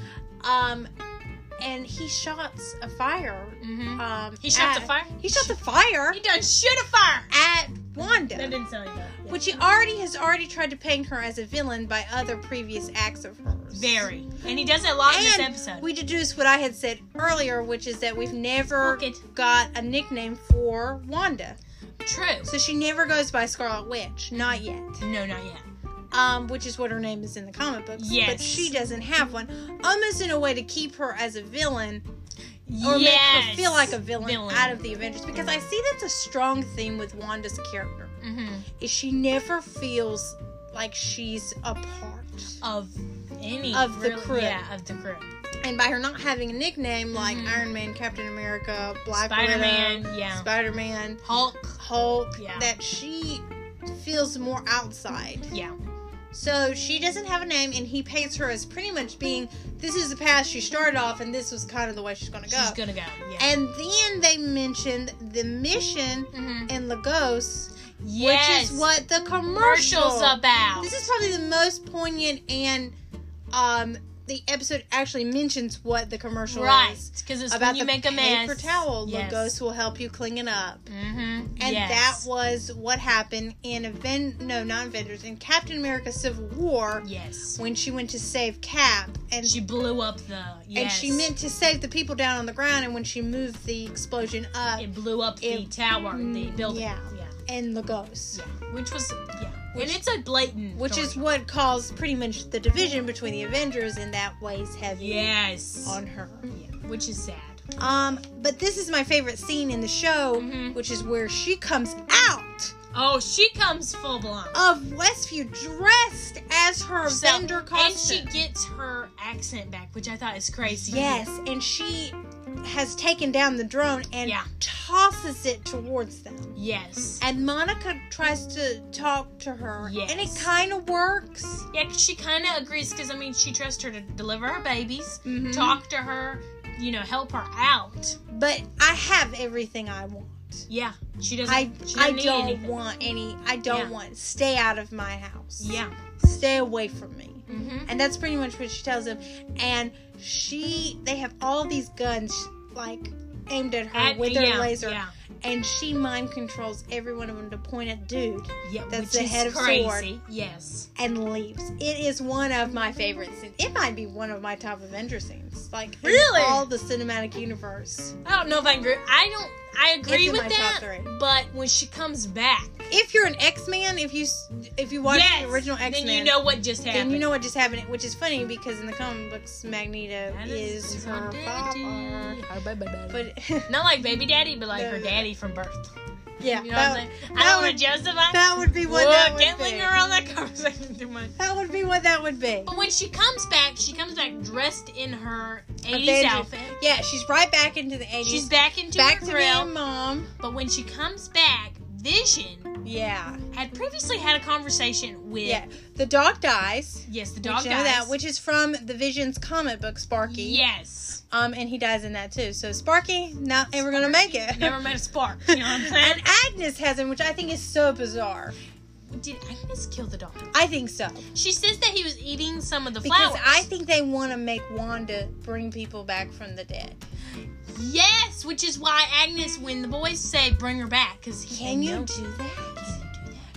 [SPEAKER 2] Um, and he shots a fire.
[SPEAKER 1] hmm
[SPEAKER 2] Um,
[SPEAKER 1] He shot
[SPEAKER 2] at,
[SPEAKER 1] the fire.
[SPEAKER 2] He shot the fire
[SPEAKER 1] He done shoot a fire. That
[SPEAKER 2] at Wanda,
[SPEAKER 1] didn't sound like that. Yeah.
[SPEAKER 2] which he already has already tried to paint her as a villain by other previous acts of hers.
[SPEAKER 1] Very. And he does it a lot in this
[SPEAKER 2] And
[SPEAKER 1] episode.
[SPEAKER 2] We deduce what I had said earlier, which is that we've never
[SPEAKER 1] Crooked.
[SPEAKER 2] got a nickname for Wanda,
[SPEAKER 1] True.
[SPEAKER 2] so she never goes by Scarlet Witch, not yet.
[SPEAKER 1] No, not yet.
[SPEAKER 2] um, which is what her name is in the comic books.
[SPEAKER 1] Yes.
[SPEAKER 2] But she doesn't have one, almost in a way to keep her as a villain
[SPEAKER 1] yes.
[SPEAKER 2] or make her feel like a villain,
[SPEAKER 1] Villain.
[SPEAKER 2] out of the Avengers. Because I see that's a strong theme with Wanda's character
[SPEAKER 1] hmm
[SPEAKER 2] is she never feels like she's a part.
[SPEAKER 1] of any
[SPEAKER 2] Of the
[SPEAKER 1] really-
[SPEAKER 2] crew.
[SPEAKER 1] Yeah, of the crew.
[SPEAKER 2] And by her not having a nickname like
[SPEAKER 1] Mhm.
[SPEAKER 2] Iron Man, Captain America, Black
[SPEAKER 1] Spider Man.
[SPEAKER 2] Widow,
[SPEAKER 1] Yeah.
[SPEAKER 2] Spider Man,
[SPEAKER 1] Hulk.
[SPEAKER 2] Hulk,
[SPEAKER 1] Yeah.
[SPEAKER 2] that she feels more outside.
[SPEAKER 1] Yeah.
[SPEAKER 2] So she doesn't have a name, and he paints her as pretty much being this is the path she started off, and this was kind of the way she's going to go.
[SPEAKER 1] She's gonna go. Yeah.
[SPEAKER 2] and then they mentioned the mission
[SPEAKER 1] hmm
[SPEAKER 2] and Lagos,
[SPEAKER 1] Yes.
[SPEAKER 2] which is what the commercial.
[SPEAKER 1] commercials about.
[SPEAKER 2] This is probably the most poignant and um, the episode actually mentions what the commercial
[SPEAKER 1] Right,
[SPEAKER 2] is
[SPEAKER 1] because it's
[SPEAKER 2] about
[SPEAKER 1] when you
[SPEAKER 2] the
[SPEAKER 1] make a mess.
[SPEAKER 2] paper towel.
[SPEAKER 1] Yes.
[SPEAKER 2] Logos will help you clean it up.
[SPEAKER 1] Mm-hmm.
[SPEAKER 2] And that was what happened in Aven- no, not Avengers, in Captain America Civil War
[SPEAKER 1] yes,
[SPEAKER 2] when she went to save Cap and
[SPEAKER 1] she blew up the.
[SPEAKER 2] and
[SPEAKER 1] Yes.
[SPEAKER 2] she meant to save the people down on the ground and when she moved the explosion up
[SPEAKER 1] it blew up the
[SPEAKER 2] it-
[SPEAKER 1] tower, the
[SPEAKER 2] Mm,
[SPEAKER 1] building.
[SPEAKER 2] yeah.
[SPEAKER 1] yeah,
[SPEAKER 2] and the ghost.
[SPEAKER 1] yeah. which was yeah,
[SPEAKER 2] Which-
[SPEAKER 1] and it's a blatant.
[SPEAKER 2] Which is
[SPEAKER 1] thorn.
[SPEAKER 2] what caused pretty much the division between the Avengers and that weighs heavy
[SPEAKER 1] yes,
[SPEAKER 2] on her.
[SPEAKER 1] yeah. which is sad.
[SPEAKER 2] Um, but this is my favorite scene in the show,
[SPEAKER 1] Mhm.
[SPEAKER 2] which is where she comes out
[SPEAKER 1] Oh, she comes full blown.
[SPEAKER 2] of Westview dressed as her
[SPEAKER 1] Herself.
[SPEAKER 2] vendor
[SPEAKER 1] And
[SPEAKER 2] costume.
[SPEAKER 1] she gets her accent back, which I thought is crazy.
[SPEAKER 2] yes, and she has taken down the drone and
[SPEAKER 1] Yeah.
[SPEAKER 2] tosses it towards them.
[SPEAKER 1] Yes.
[SPEAKER 2] And Monica tries to talk to her, and it
[SPEAKER 1] Yes.
[SPEAKER 2] kind of works.
[SPEAKER 1] Yeah, 'cause she kind of agrees because I mean, she trusts her to deliver her babies,
[SPEAKER 2] Mhm.
[SPEAKER 1] talk to her, you know, help her out.
[SPEAKER 2] But I have everything I want.
[SPEAKER 1] Yeah, she doesn't.
[SPEAKER 2] I
[SPEAKER 1] she doesn't
[SPEAKER 2] I
[SPEAKER 1] need
[SPEAKER 2] don't
[SPEAKER 1] anything.
[SPEAKER 2] want any. I don't
[SPEAKER 1] Yeah.
[SPEAKER 2] want. Stay out of my house.
[SPEAKER 1] Yeah.
[SPEAKER 2] Stay away from me.
[SPEAKER 1] Mm-hmm.
[SPEAKER 2] and that's pretty much what she tells him and she they have all these guns like aimed at her with their
[SPEAKER 1] yeah,
[SPEAKER 2] laser
[SPEAKER 1] Yeah.
[SPEAKER 2] and she mind controls every one of them to point at dude
[SPEAKER 1] Yeah,
[SPEAKER 2] That's
[SPEAKER 1] which
[SPEAKER 2] the
[SPEAKER 1] is
[SPEAKER 2] head of
[SPEAKER 1] crazy.
[SPEAKER 2] Sword.
[SPEAKER 1] Yes.
[SPEAKER 2] and leaves it is one of my favorite scenes it might be one of my top avenger scenes like in
[SPEAKER 1] Really?
[SPEAKER 2] all the cinematic universe
[SPEAKER 1] I don't know if I agree. I don't. I agree
[SPEAKER 2] in
[SPEAKER 1] with
[SPEAKER 2] my
[SPEAKER 1] that.
[SPEAKER 2] top three.
[SPEAKER 1] But when she comes back,
[SPEAKER 2] if you're an x-man if you s- if you watch
[SPEAKER 1] yes,
[SPEAKER 2] the original x-men
[SPEAKER 1] then you know what just happened.
[SPEAKER 2] then you know what just happened which is funny because in the comic books magneto
[SPEAKER 1] That
[SPEAKER 2] is,
[SPEAKER 1] is
[SPEAKER 2] her
[SPEAKER 1] her
[SPEAKER 2] father
[SPEAKER 1] daddy.
[SPEAKER 2] but [LAUGHS]
[SPEAKER 1] Not like baby daddy, but like
[SPEAKER 2] No,
[SPEAKER 1] her
[SPEAKER 2] no.
[SPEAKER 1] daddy from birth.
[SPEAKER 2] yeah
[SPEAKER 1] You know what I'm
[SPEAKER 2] that-
[SPEAKER 1] saying? I don't want
[SPEAKER 2] would-
[SPEAKER 1] to justify.
[SPEAKER 2] That would be what
[SPEAKER 1] Whoa,
[SPEAKER 2] that would
[SPEAKER 1] can't
[SPEAKER 2] be.
[SPEAKER 1] linger on that [LAUGHS] conversation too much.
[SPEAKER 2] That would be what that would be.
[SPEAKER 1] But when she comes back, she comes back dressed in her 80s
[SPEAKER 2] Avengers.
[SPEAKER 1] outfit.
[SPEAKER 2] Yeah, she's right back into the 80s.
[SPEAKER 1] She's back into
[SPEAKER 2] back
[SPEAKER 1] her
[SPEAKER 2] to
[SPEAKER 1] grill.
[SPEAKER 2] being mom.
[SPEAKER 1] But when she comes back, Vision
[SPEAKER 2] Yeah.
[SPEAKER 1] had previously had a conversation with
[SPEAKER 2] Yeah. The dog dies.
[SPEAKER 1] yes, the
[SPEAKER 2] Did
[SPEAKER 1] dog
[SPEAKER 2] you know
[SPEAKER 1] dies.
[SPEAKER 2] that, which is from the Vision's comic book Sparky.
[SPEAKER 1] yes,
[SPEAKER 2] Um, and he dies in that too. So Sparky not ever gonna make it. [LAUGHS]
[SPEAKER 1] never met a spark. You know what I'm saying?
[SPEAKER 2] and Agnes has him, which I think is so bizarre.
[SPEAKER 1] Did Agnes kill the dog?
[SPEAKER 2] I think so
[SPEAKER 1] She says that he was eating some of the
[SPEAKER 2] because
[SPEAKER 1] flowers.
[SPEAKER 2] I think they want to make Wanda bring people back from the dead.
[SPEAKER 1] yes, which is why Agnes, when the boys say bring her back, because he
[SPEAKER 2] Can you
[SPEAKER 1] No,
[SPEAKER 2] do that?
[SPEAKER 1] he can do that.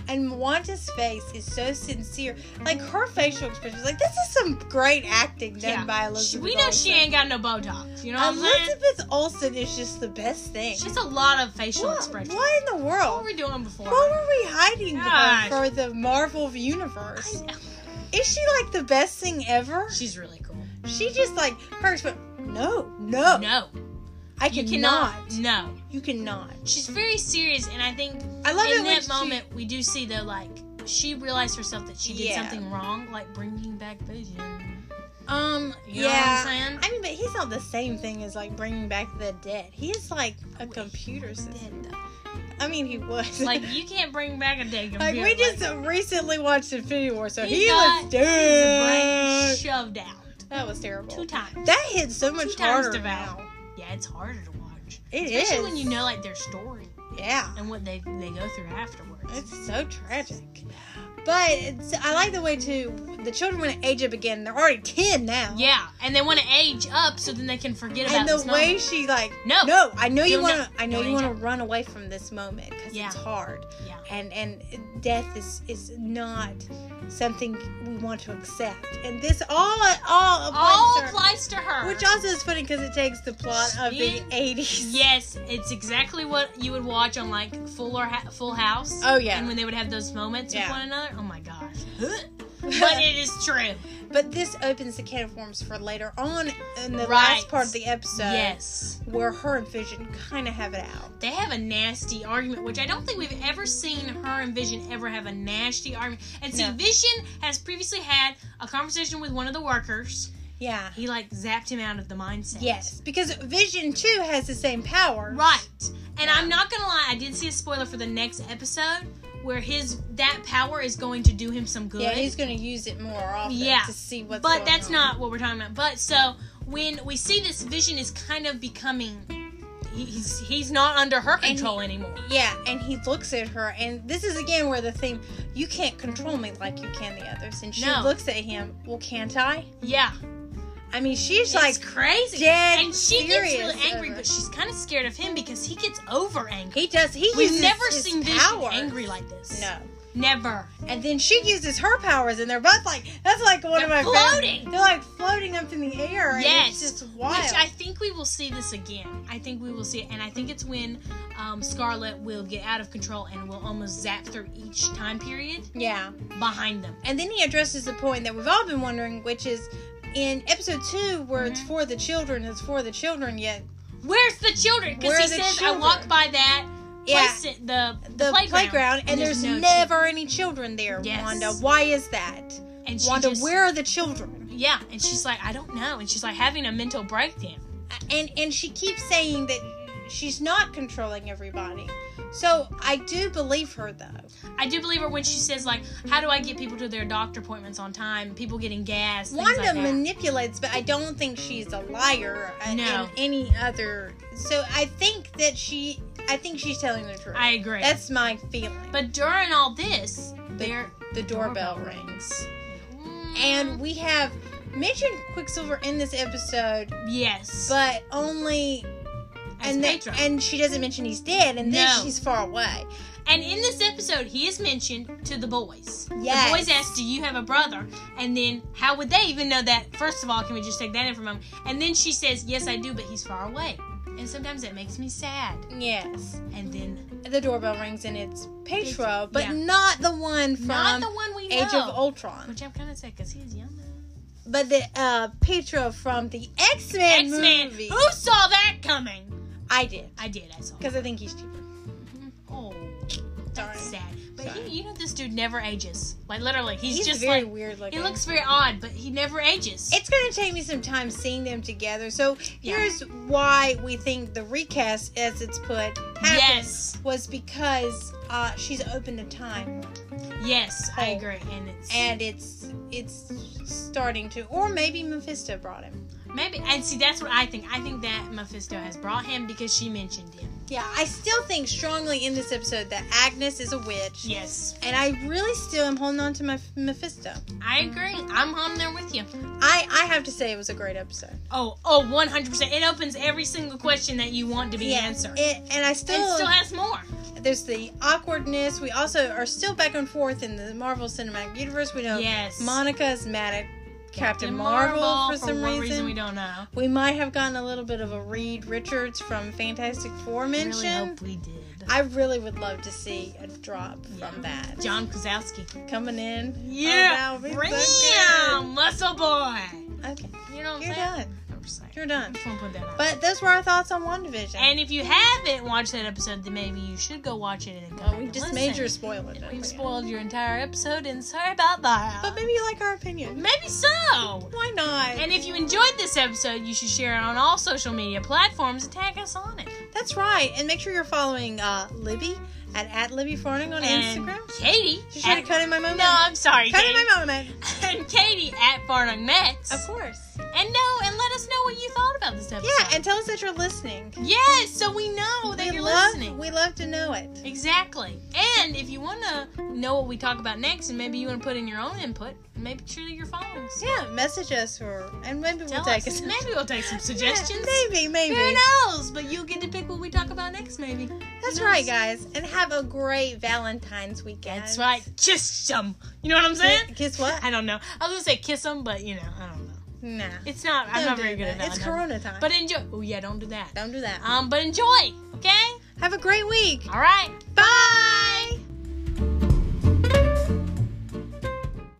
[SPEAKER 2] And Wanda's face is so sincere. Like her facial expression is like this is some great acting done
[SPEAKER 1] Yeah.
[SPEAKER 2] by
[SPEAKER 1] She-
[SPEAKER 2] Elizabeth.
[SPEAKER 1] we know she
[SPEAKER 2] Olsen.
[SPEAKER 1] ain't got no Botox. You know what I'm saying?
[SPEAKER 2] Elizabeth Olsen is just the best thing.
[SPEAKER 1] She's a lot of facial
[SPEAKER 2] what,
[SPEAKER 1] expressions.
[SPEAKER 2] what in the
[SPEAKER 1] What were
[SPEAKER 2] world?
[SPEAKER 1] we doing before?
[SPEAKER 2] What were we hiding
[SPEAKER 1] Gosh.
[SPEAKER 2] her for the Marvel universe? Is she like the best thing ever?
[SPEAKER 1] She's really cool.
[SPEAKER 2] She just like hers, but no, no,
[SPEAKER 1] No,
[SPEAKER 2] Oh, I
[SPEAKER 1] you
[SPEAKER 2] cannot.
[SPEAKER 1] cannot. No,
[SPEAKER 2] You cannot.
[SPEAKER 1] she's very serious, and I think
[SPEAKER 2] I love it
[SPEAKER 1] in
[SPEAKER 2] when
[SPEAKER 1] that
[SPEAKER 2] she-
[SPEAKER 1] moment we do see though, like she realized herself that she did
[SPEAKER 2] Yeah.
[SPEAKER 1] something wrong, like bringing back
[SPEAKER 2] [LAUGHS]
[SPEAKER 1] Vision.
[SPEAKER 2] um,
[SPEAKER 1] You know
[SPEAKER 2] yeah.
[SPEAKER 1] what I'm
[SPEAKER 2] I mean, but he's not the same thing as like bringing back the dead. He's like a
[SPEAKER 1] Wait,
[SPEAKER 2] computer system.
[SPEAKER 1] saying? Dead, though.
[SPEAKER 2] I mean, he
[SPEAKER 1] [LAUGHS]
[SPEAKER 2] was
[SPEAKER 1] like you can't bring back a dead
[SPEAKER 2] [LAUGHS] Like,
[SPEAKER 1] computer.
[SPEAKER 2] we just recently watched Infinity War, so
[SPEAKER 1] He
[SPEAKER 2] he,
[SPEAKER 1] got
[SPEAKER 2] was
[SPEAKER 1] brain
[SPEAKER 2] [LAUGHS] dead.
[SPEAKER 1] shoved out
[SPEAKER 2] That was terrible.
[SPEAKER 1] two times.
[SPEAKER 2] that hit so much
[SPEAKER 1] two times
[SPEAKER 2] harder.
[SPEAKER 1] to
[SPEAKER 2] now.
[SPEAKER 1] Val. Yeah, it's harder to watch,
[SPEAKER 2] It is.
[SPEAKER 1] especially when you know like their story
[SPEAKER 2] Yeah,
[SPEAKER 1] and what they they go through afterwards.
[SPEAKER 2] it's so tragic. But it's, I like the way too. The children want to age up again. They're already ten now.
[SPEAKER 1] Yeah, and they want to age up so then they can forget about
[SPEAKER 2] And the
[SPEAKER 1] this
[SPEAKER 2] way
[SPEAKER 1] moment.
[SPEAKER 2] she like.
[SPEAKER 1] No,
[SPEAKER 2] No, I know you
[SPEAKER 1] Do
[SPEAKER 2] want
[SPEAKER 1] not-
[SPEAKER 2] to. I know
[SPEAKER 1] don't
[SPEAKER 2] you
[SPEAKER 1] age
[SPEAKER 2] want to run away from this moment because
[SPEAKER 1] Yeah.
[SPEAKER 2] it's hard.
[SPEAKER 1] Yeah.
[SPEAKER 2] And and death is is not something we want to accept. And this all all applies
[SPEAKER 1] all
[SPEAKER 2] to her.
[SPEAKER 1] applies to her.
[SPEAKER 2] Which also is funny because it takes the plot of the
[SPEAKER 1] Speak-
[SPEAKER 2] 80s.
[SPEAKER 1] yes, it's exactly what you would watch on like Full or ha- Full House.
[SPEAKER 2] Oh, yeah. [LAUGHS]
[SPEAKER 1] and when they would have those moments
[SPEAKER 2] Yeah.
[SPEAKER 1] with one another. Oh my
[SPEAKER 2] [LAUGHS]
[SPEAKER 1] gosh, but it is true.
[SPEAKER 2] But this opens the can of worms for later on in the last
[SPEAKER 1] Right.
[SPEAKER 2] part of the episode
[SPEAKER 1] yes,
[SPEAKER 2] where her and Vision kind of have it out.
[SPEAKER 1] they have a nasty argument, which I don't think we've ever seen her and Vision ever have a nasty argument. And see,
[SPEAKER 2] No.
[SPEAKER 1] Vision has previously had a conversation with one of the workers.
[SPEAKER 2] Yeah.
[SPEAKER 1] He like zapped him out of the mindset.
[SPEAKER 2] Yes, because Vision too has the same power.
[SPEAKER 1] Right. And
[SPEAKER 2] Yeah.
[SPEAKER 1] I'm not gonna lie, I did see a spoiler for the next episode where his that power is going to do him some good.
[SPEAKER 2] Yeah, he's going to use it more often
[SPEAKER 1] Yeah,
[SPEAKER 2] to see what's
[SPEAKER 1] but
[SPEAKER 2] going
[SPEAKER 1] that's
[SPEAKER 2] on.
[SPEAKER 1] not what we're talking about. But so when we see this vision is kind of becoming he- he's he's not under her control anymore.
[SPEAKER 2] Yeah, and he looks at her, and this is again where the theme, you can't control me like you can the others. And she
[SPEAKER 1] No.
[SPEAKER 2] looks at him, well, can't I?
[SPEAKER 1] Yeah.
[SPEAKER 2] I mean, she's
[SPEAKER 1] It's
[SPEAKER 2] like
[SPEAKER 1] crazy.
[SPEAKER 2] dead
[SPEAKER 1] and she gets really
[SPEAKER 2] serious
[SPEAKER 1] angry,
[SPEAKER 2] over-
[SPEAKER 1] but she's kind of scared of him because he gets over angry.
[SPEAKER 2] he does. He
[SPEAKER 1] We've
[SPEAKER 2] uses
[SPEAKER 1] never
[SPEAKER 2] his
[SPEAKER 1] seen Vision
[SPEAKER 2] powers.
[SPEAKER 1] angry like this.
[SPEAKER 2] No.
[SPEAKER 1] never.
[SPEAKER 2] And then she uses her powers, and they're both like that's like one of my
[SPEAKER 1] They're floating.
[SPEAKER 2] Favorite. They're like floating up in the air. And
[SPEAKER 1] Yes.
[SPEAKER 2] it's just wild.
[SPEAKER 1] Which I think we will see this again. I think we will see it, and I think it's when um, Scarlet will get out of control and will almost zap through each time period
[SPEAKER 2] yeah.
[SPEAKER 1] behind them.
[SPEAKER 2] And then he addresses the point that we've all been wondering, which is in episode two, where it's
[SPEAKER 1] Mhm.
[SPEAKER 2] for the children, it's for the children, yet
[SPEAKER 1] Where's the children? Because
[SPEAKER 2] Where
[SPEAKER 1] he
[SPEAKER 2] are the
[SPEAKER 1] says, "I
[SPEAKER 2] children?"
[SPEAKER 1] walk by that
[SPEAKER 2] yeah,
[SPEAKER 1] place, the, the
[SPEAKER 2] the playground, and there's,
[SPEAKER 1] no children.
[SPEAKER 2] never any children there,
[SPEAKER 1] Yes.
[SPEAKER 2] Wanda. Why is that?
[SPEAKER 1] And she
[SPEAKER 2] Wanda,
[SPEAKER 1] just-
[SPEAKER 2] where are the children?
[SPEAKER 1] Yeah, and she's like, I don't know, and she's like having a mental breakdown.
[SPEAKER 2] And and she keeps saying that she's not controlling everybody. So I do believe her though.
[SPEAKER 1] I do believe her when she says like, "How do I get people to their doctor appointments on time? People getting gas." things
[SPEAKER 2] Wanda
[SPEAKER 1] like that.
[SPEAKER 2] manipulates, but I don't think she's a liar uh,
[SPEAKER 1] No.
[SPEAKER 2] in any other. So I think that she, I think she's telling the truth.
[SPEAKER 1] I agree.
[SPEAKER 2] That's my feeling.
[SPEAKER 1] but during all this, there
[SPEAKER 2] the doorbell rings, and we have mentioned Quicksilver in this episode,
[SPEAKER 1] yes,
[SPEAKER 2] but only
[SPEAKER 1] as
[SPEAKER 2] and then-
[SPEAKER 1] patron.
[SPEAKER 2] and she doesn't mention he's dead, and then
[SPEAKER 1] No.
[SPEAKER 2] she's far away.
[SPEAKER 1] And in this episode, he is mentioned to the boys.
[SPEAKER 2] Yes.
[SPEAKER 1] The boys ask, Do you have a brother? And then, how would they even know that? First of all, can we just take that in for a moment? And then she says, Yes, I do, but he's far away. And sometimes that makes me sad.
[SPEAKER 2] Yes,
[SPEAKER 1] And then,
[SPEAKER 2] the doorbell rings, and it's Petro,
[SPEAKER 1] It's-
[SPEAKER 2] but
[SPEAKER 1] yeah.
[SPEAKER 2] not the one from
[SPEAKER 1] not the one we know.
[SPEAKER 2] Age of Ultron,
[SPEAKER 1] Which I'm kind of sad because he's young.
[SPEAKER 2] but the uh, Petro from the X Men
[SPEAKER 1] X Men.
[SPEAKER 2] movie.
[SPEAKER 1] Who saw that coming?
[SPEAKER 2] I did.
[SPEAKER 1] I did. I saw. it.
[SPEAKER 2] Because I think he's cheaper.
[SPEAKER 1] Oh,
[SPEAKER 2] Sorry.
[SPEAKER 1] sad. But
[SPEAKER 2] Sorry.
[SPEAKER 1] he, you know, this dude never ages. Like literally, he's,
[SPEAKER 2] He's,
[SPEAKER 1] just
[SPEAKER 2] very
[SPEAKER 1] like
[SPEAKER 2] weird looking.
[SPEAKER 1] he looks very odd, but he never ages.
[SPEAKER 2] It's going to take me some time seeing them together. So
[SPEAKER 1] Yeah.
[SPEAKER 2] here's why we think the recast, as it's put, happened.
[SPEAKER 1] yes,
[SPEAKER 2] Was because uh, she's open to time,
[SPEAKER 1] yes, I
[SPEAKER 2] Oh.
[SPEAKER 1] agree. And it's
[SPEAKER 2] and it's it's starting to, or maybe Mephisto brought him.
[SPEAKER 1] maybe and see that's what I think. I think that Mephisto has brought him because she mentioned him.
[SPEAKER 2] Yeah, I still think strongly in this episode that Agnes is a witch,
[SPEAKER 1] Yes,
[SPEAKER 2] and I really still am holding on to my Mephisto.
[SPEAKER 1] I agree. I'm on there with you.
[SPEAKER 2] I I have to say it was a great episode.
[SPEAKER 1] Oh, oh, 100. percent It opens every single question that you want to be
[SPEAKER 2] Yeah,
[SPEAKER 1] answered.
[SPEAKER 2] it, and I
[SPEAKER 1] and still has more.
[SPEAKER 2] there's the awkwardness. We also are still back and forth in the Marvel Cinematic Universe. We know
[SPEAKER 1] Yes,
[SPEAKER 2] Monica is mad at Captain, Marvel, for some
[SPEAKER 1] what
[SPEAKER 2] reason.
[SPEAKER 1] we don't know.
[SPEAKER 2] we might have gotten a little bit of a Reed Richards from Fantastic Four
[SPEAKER 1] I
[SPEAKER 2] mention.
[SPEAKER 1] Really hope we did.
[SPEAKER 2] I really would love to see a drop
[SPEAKER 1] Yeah.
[SPEAKER 2] from that
[SPEAKER 1] John Kozlowski.
[SPEAKER 2] coming in. Oh, that would be so
[SPEAKER 1] Bam! Muscle boy.
[SPEAKER 2] Okay,
[SPEAKER 1] You know what I'm
[SPEAKER 2] you're
[SPEAKER 1] saying?
[SPEAKER 2] done.
[SPEAKER 1] I'm just like,
[SPEAKER 2] You're done.
[SPEAKER 1] I'm just gonna put that out.
[SPEAKER 2] But those were our thoughts on WandaVision.
[SPEAKER 1] and if you haven't watched that episode, then maybe you should go watch it and then come
[SPEAKER 2] well,
[SPEAKER 1] back
[SPEAKER 2] Oh, we
[SPEAKER 1] and
[SPEAKER 2] just
[SPEAKER 1] listen.
[SPEAKER 2] made your spoiler. don't
[SPEAKER 1] We've
[SPEAKER 2] forget.
[SPEAKER 1] spoiled your entire episode, and sorry about that.
[SPEAKER 2] But maybe you like our opinion.
[SPEAKER 1] maybe so.
[SPEAKER 2] Why not?
[SPEAKER 1] And if you enjoyed this episode, you should share it on all social media platforms and tag us on it.
[SPEAKER 2] That's right. And make sure you're following uh, Libby at, at Libby Farning on
[SPEAKER 1] and
[SPEAKER 2] Instagram.
[SPEAKER 1] Katie.
[SPEAKER 2] She should have
[SPEAKER 1] at-
[SPEAKER 2] cut in my moment.
[SPEAKER 1] no, I'm sorry.
[SPEAKER 2] cut in
[SPEAKER 1] Katie.
[SPEAKER 2] my moment.
[SPEAKER 1] [LAUGHS] and Katie at Farnum Mets.
[SPEAKER 2] Of course.
[SPEAKER 1] and know and let us know what you thought about this episode.
[SPEAKER 2] Yeah, and tell us that you're listening.
[SPEAKER 1] yes, so we know Oh, that
[SPEAKER 2] we
[SPEAKER 1] you're
[SPEAKER 2] love,
[SPEAKER 1] listening.
[SPEAKER 2] We love to know it.
[SPEAKER 1] exactly. And if you want to know what we talk about next, and maybe you want to put in your own input, make sure that you're following us.
[SPEAKER 2] Yeah, message us or and maybe
[SPEAKER 1] Tell
[SPEAKER 2] we'll take
[SPEAKER 1] us.
[SPEAKER 2] us. [LAUGHS]
[SPEAKER 1] Maybe we'll take some suggestions.
[SPEAKER 2] maybe, maybe.
[SPEAKER 1] Who knows? But you'll get to pick what we talk about next, maybe.
[SPEAKER 2] That's
[SPEAKER 1] Who
[SPEAKER 2] right,
[SPEAKER 1] knows?
[SPEAKER 2] guys. And have a great Valentine's weekend.
[SPEAKER 1] That's right. Kiss some. You know what I'm
[SPEAKER 2] Ki-
[SPEAKER 1] saying?
[SPEAKER 2] Guess what?
[SPEAKER 1] I don't know. I was gonna say kiss them, but you know, I don't know.
[SPEAKER 2] Nah.
[SPEAKER 1] It's not. I'm
[SPEAKER 2] Don't
[SPEAKER 1] not
[SPEAKER 2] do
[SPEAKER 1] very good
[SPEAKER 2] that.
[SPEAKER 1] at that.
[SPEAKER 2] It's Corona time.
[SPEAKER 1] But enjoy. Oh yeah, don't do that.
[SPEAKER 2] don't do that.
[SPEAKER 1] Um, but enjoy. Okay.
[SPEAKER 2] have a great week.
[SPEAKER 1] All right.
[SPEAKER 2] Bye.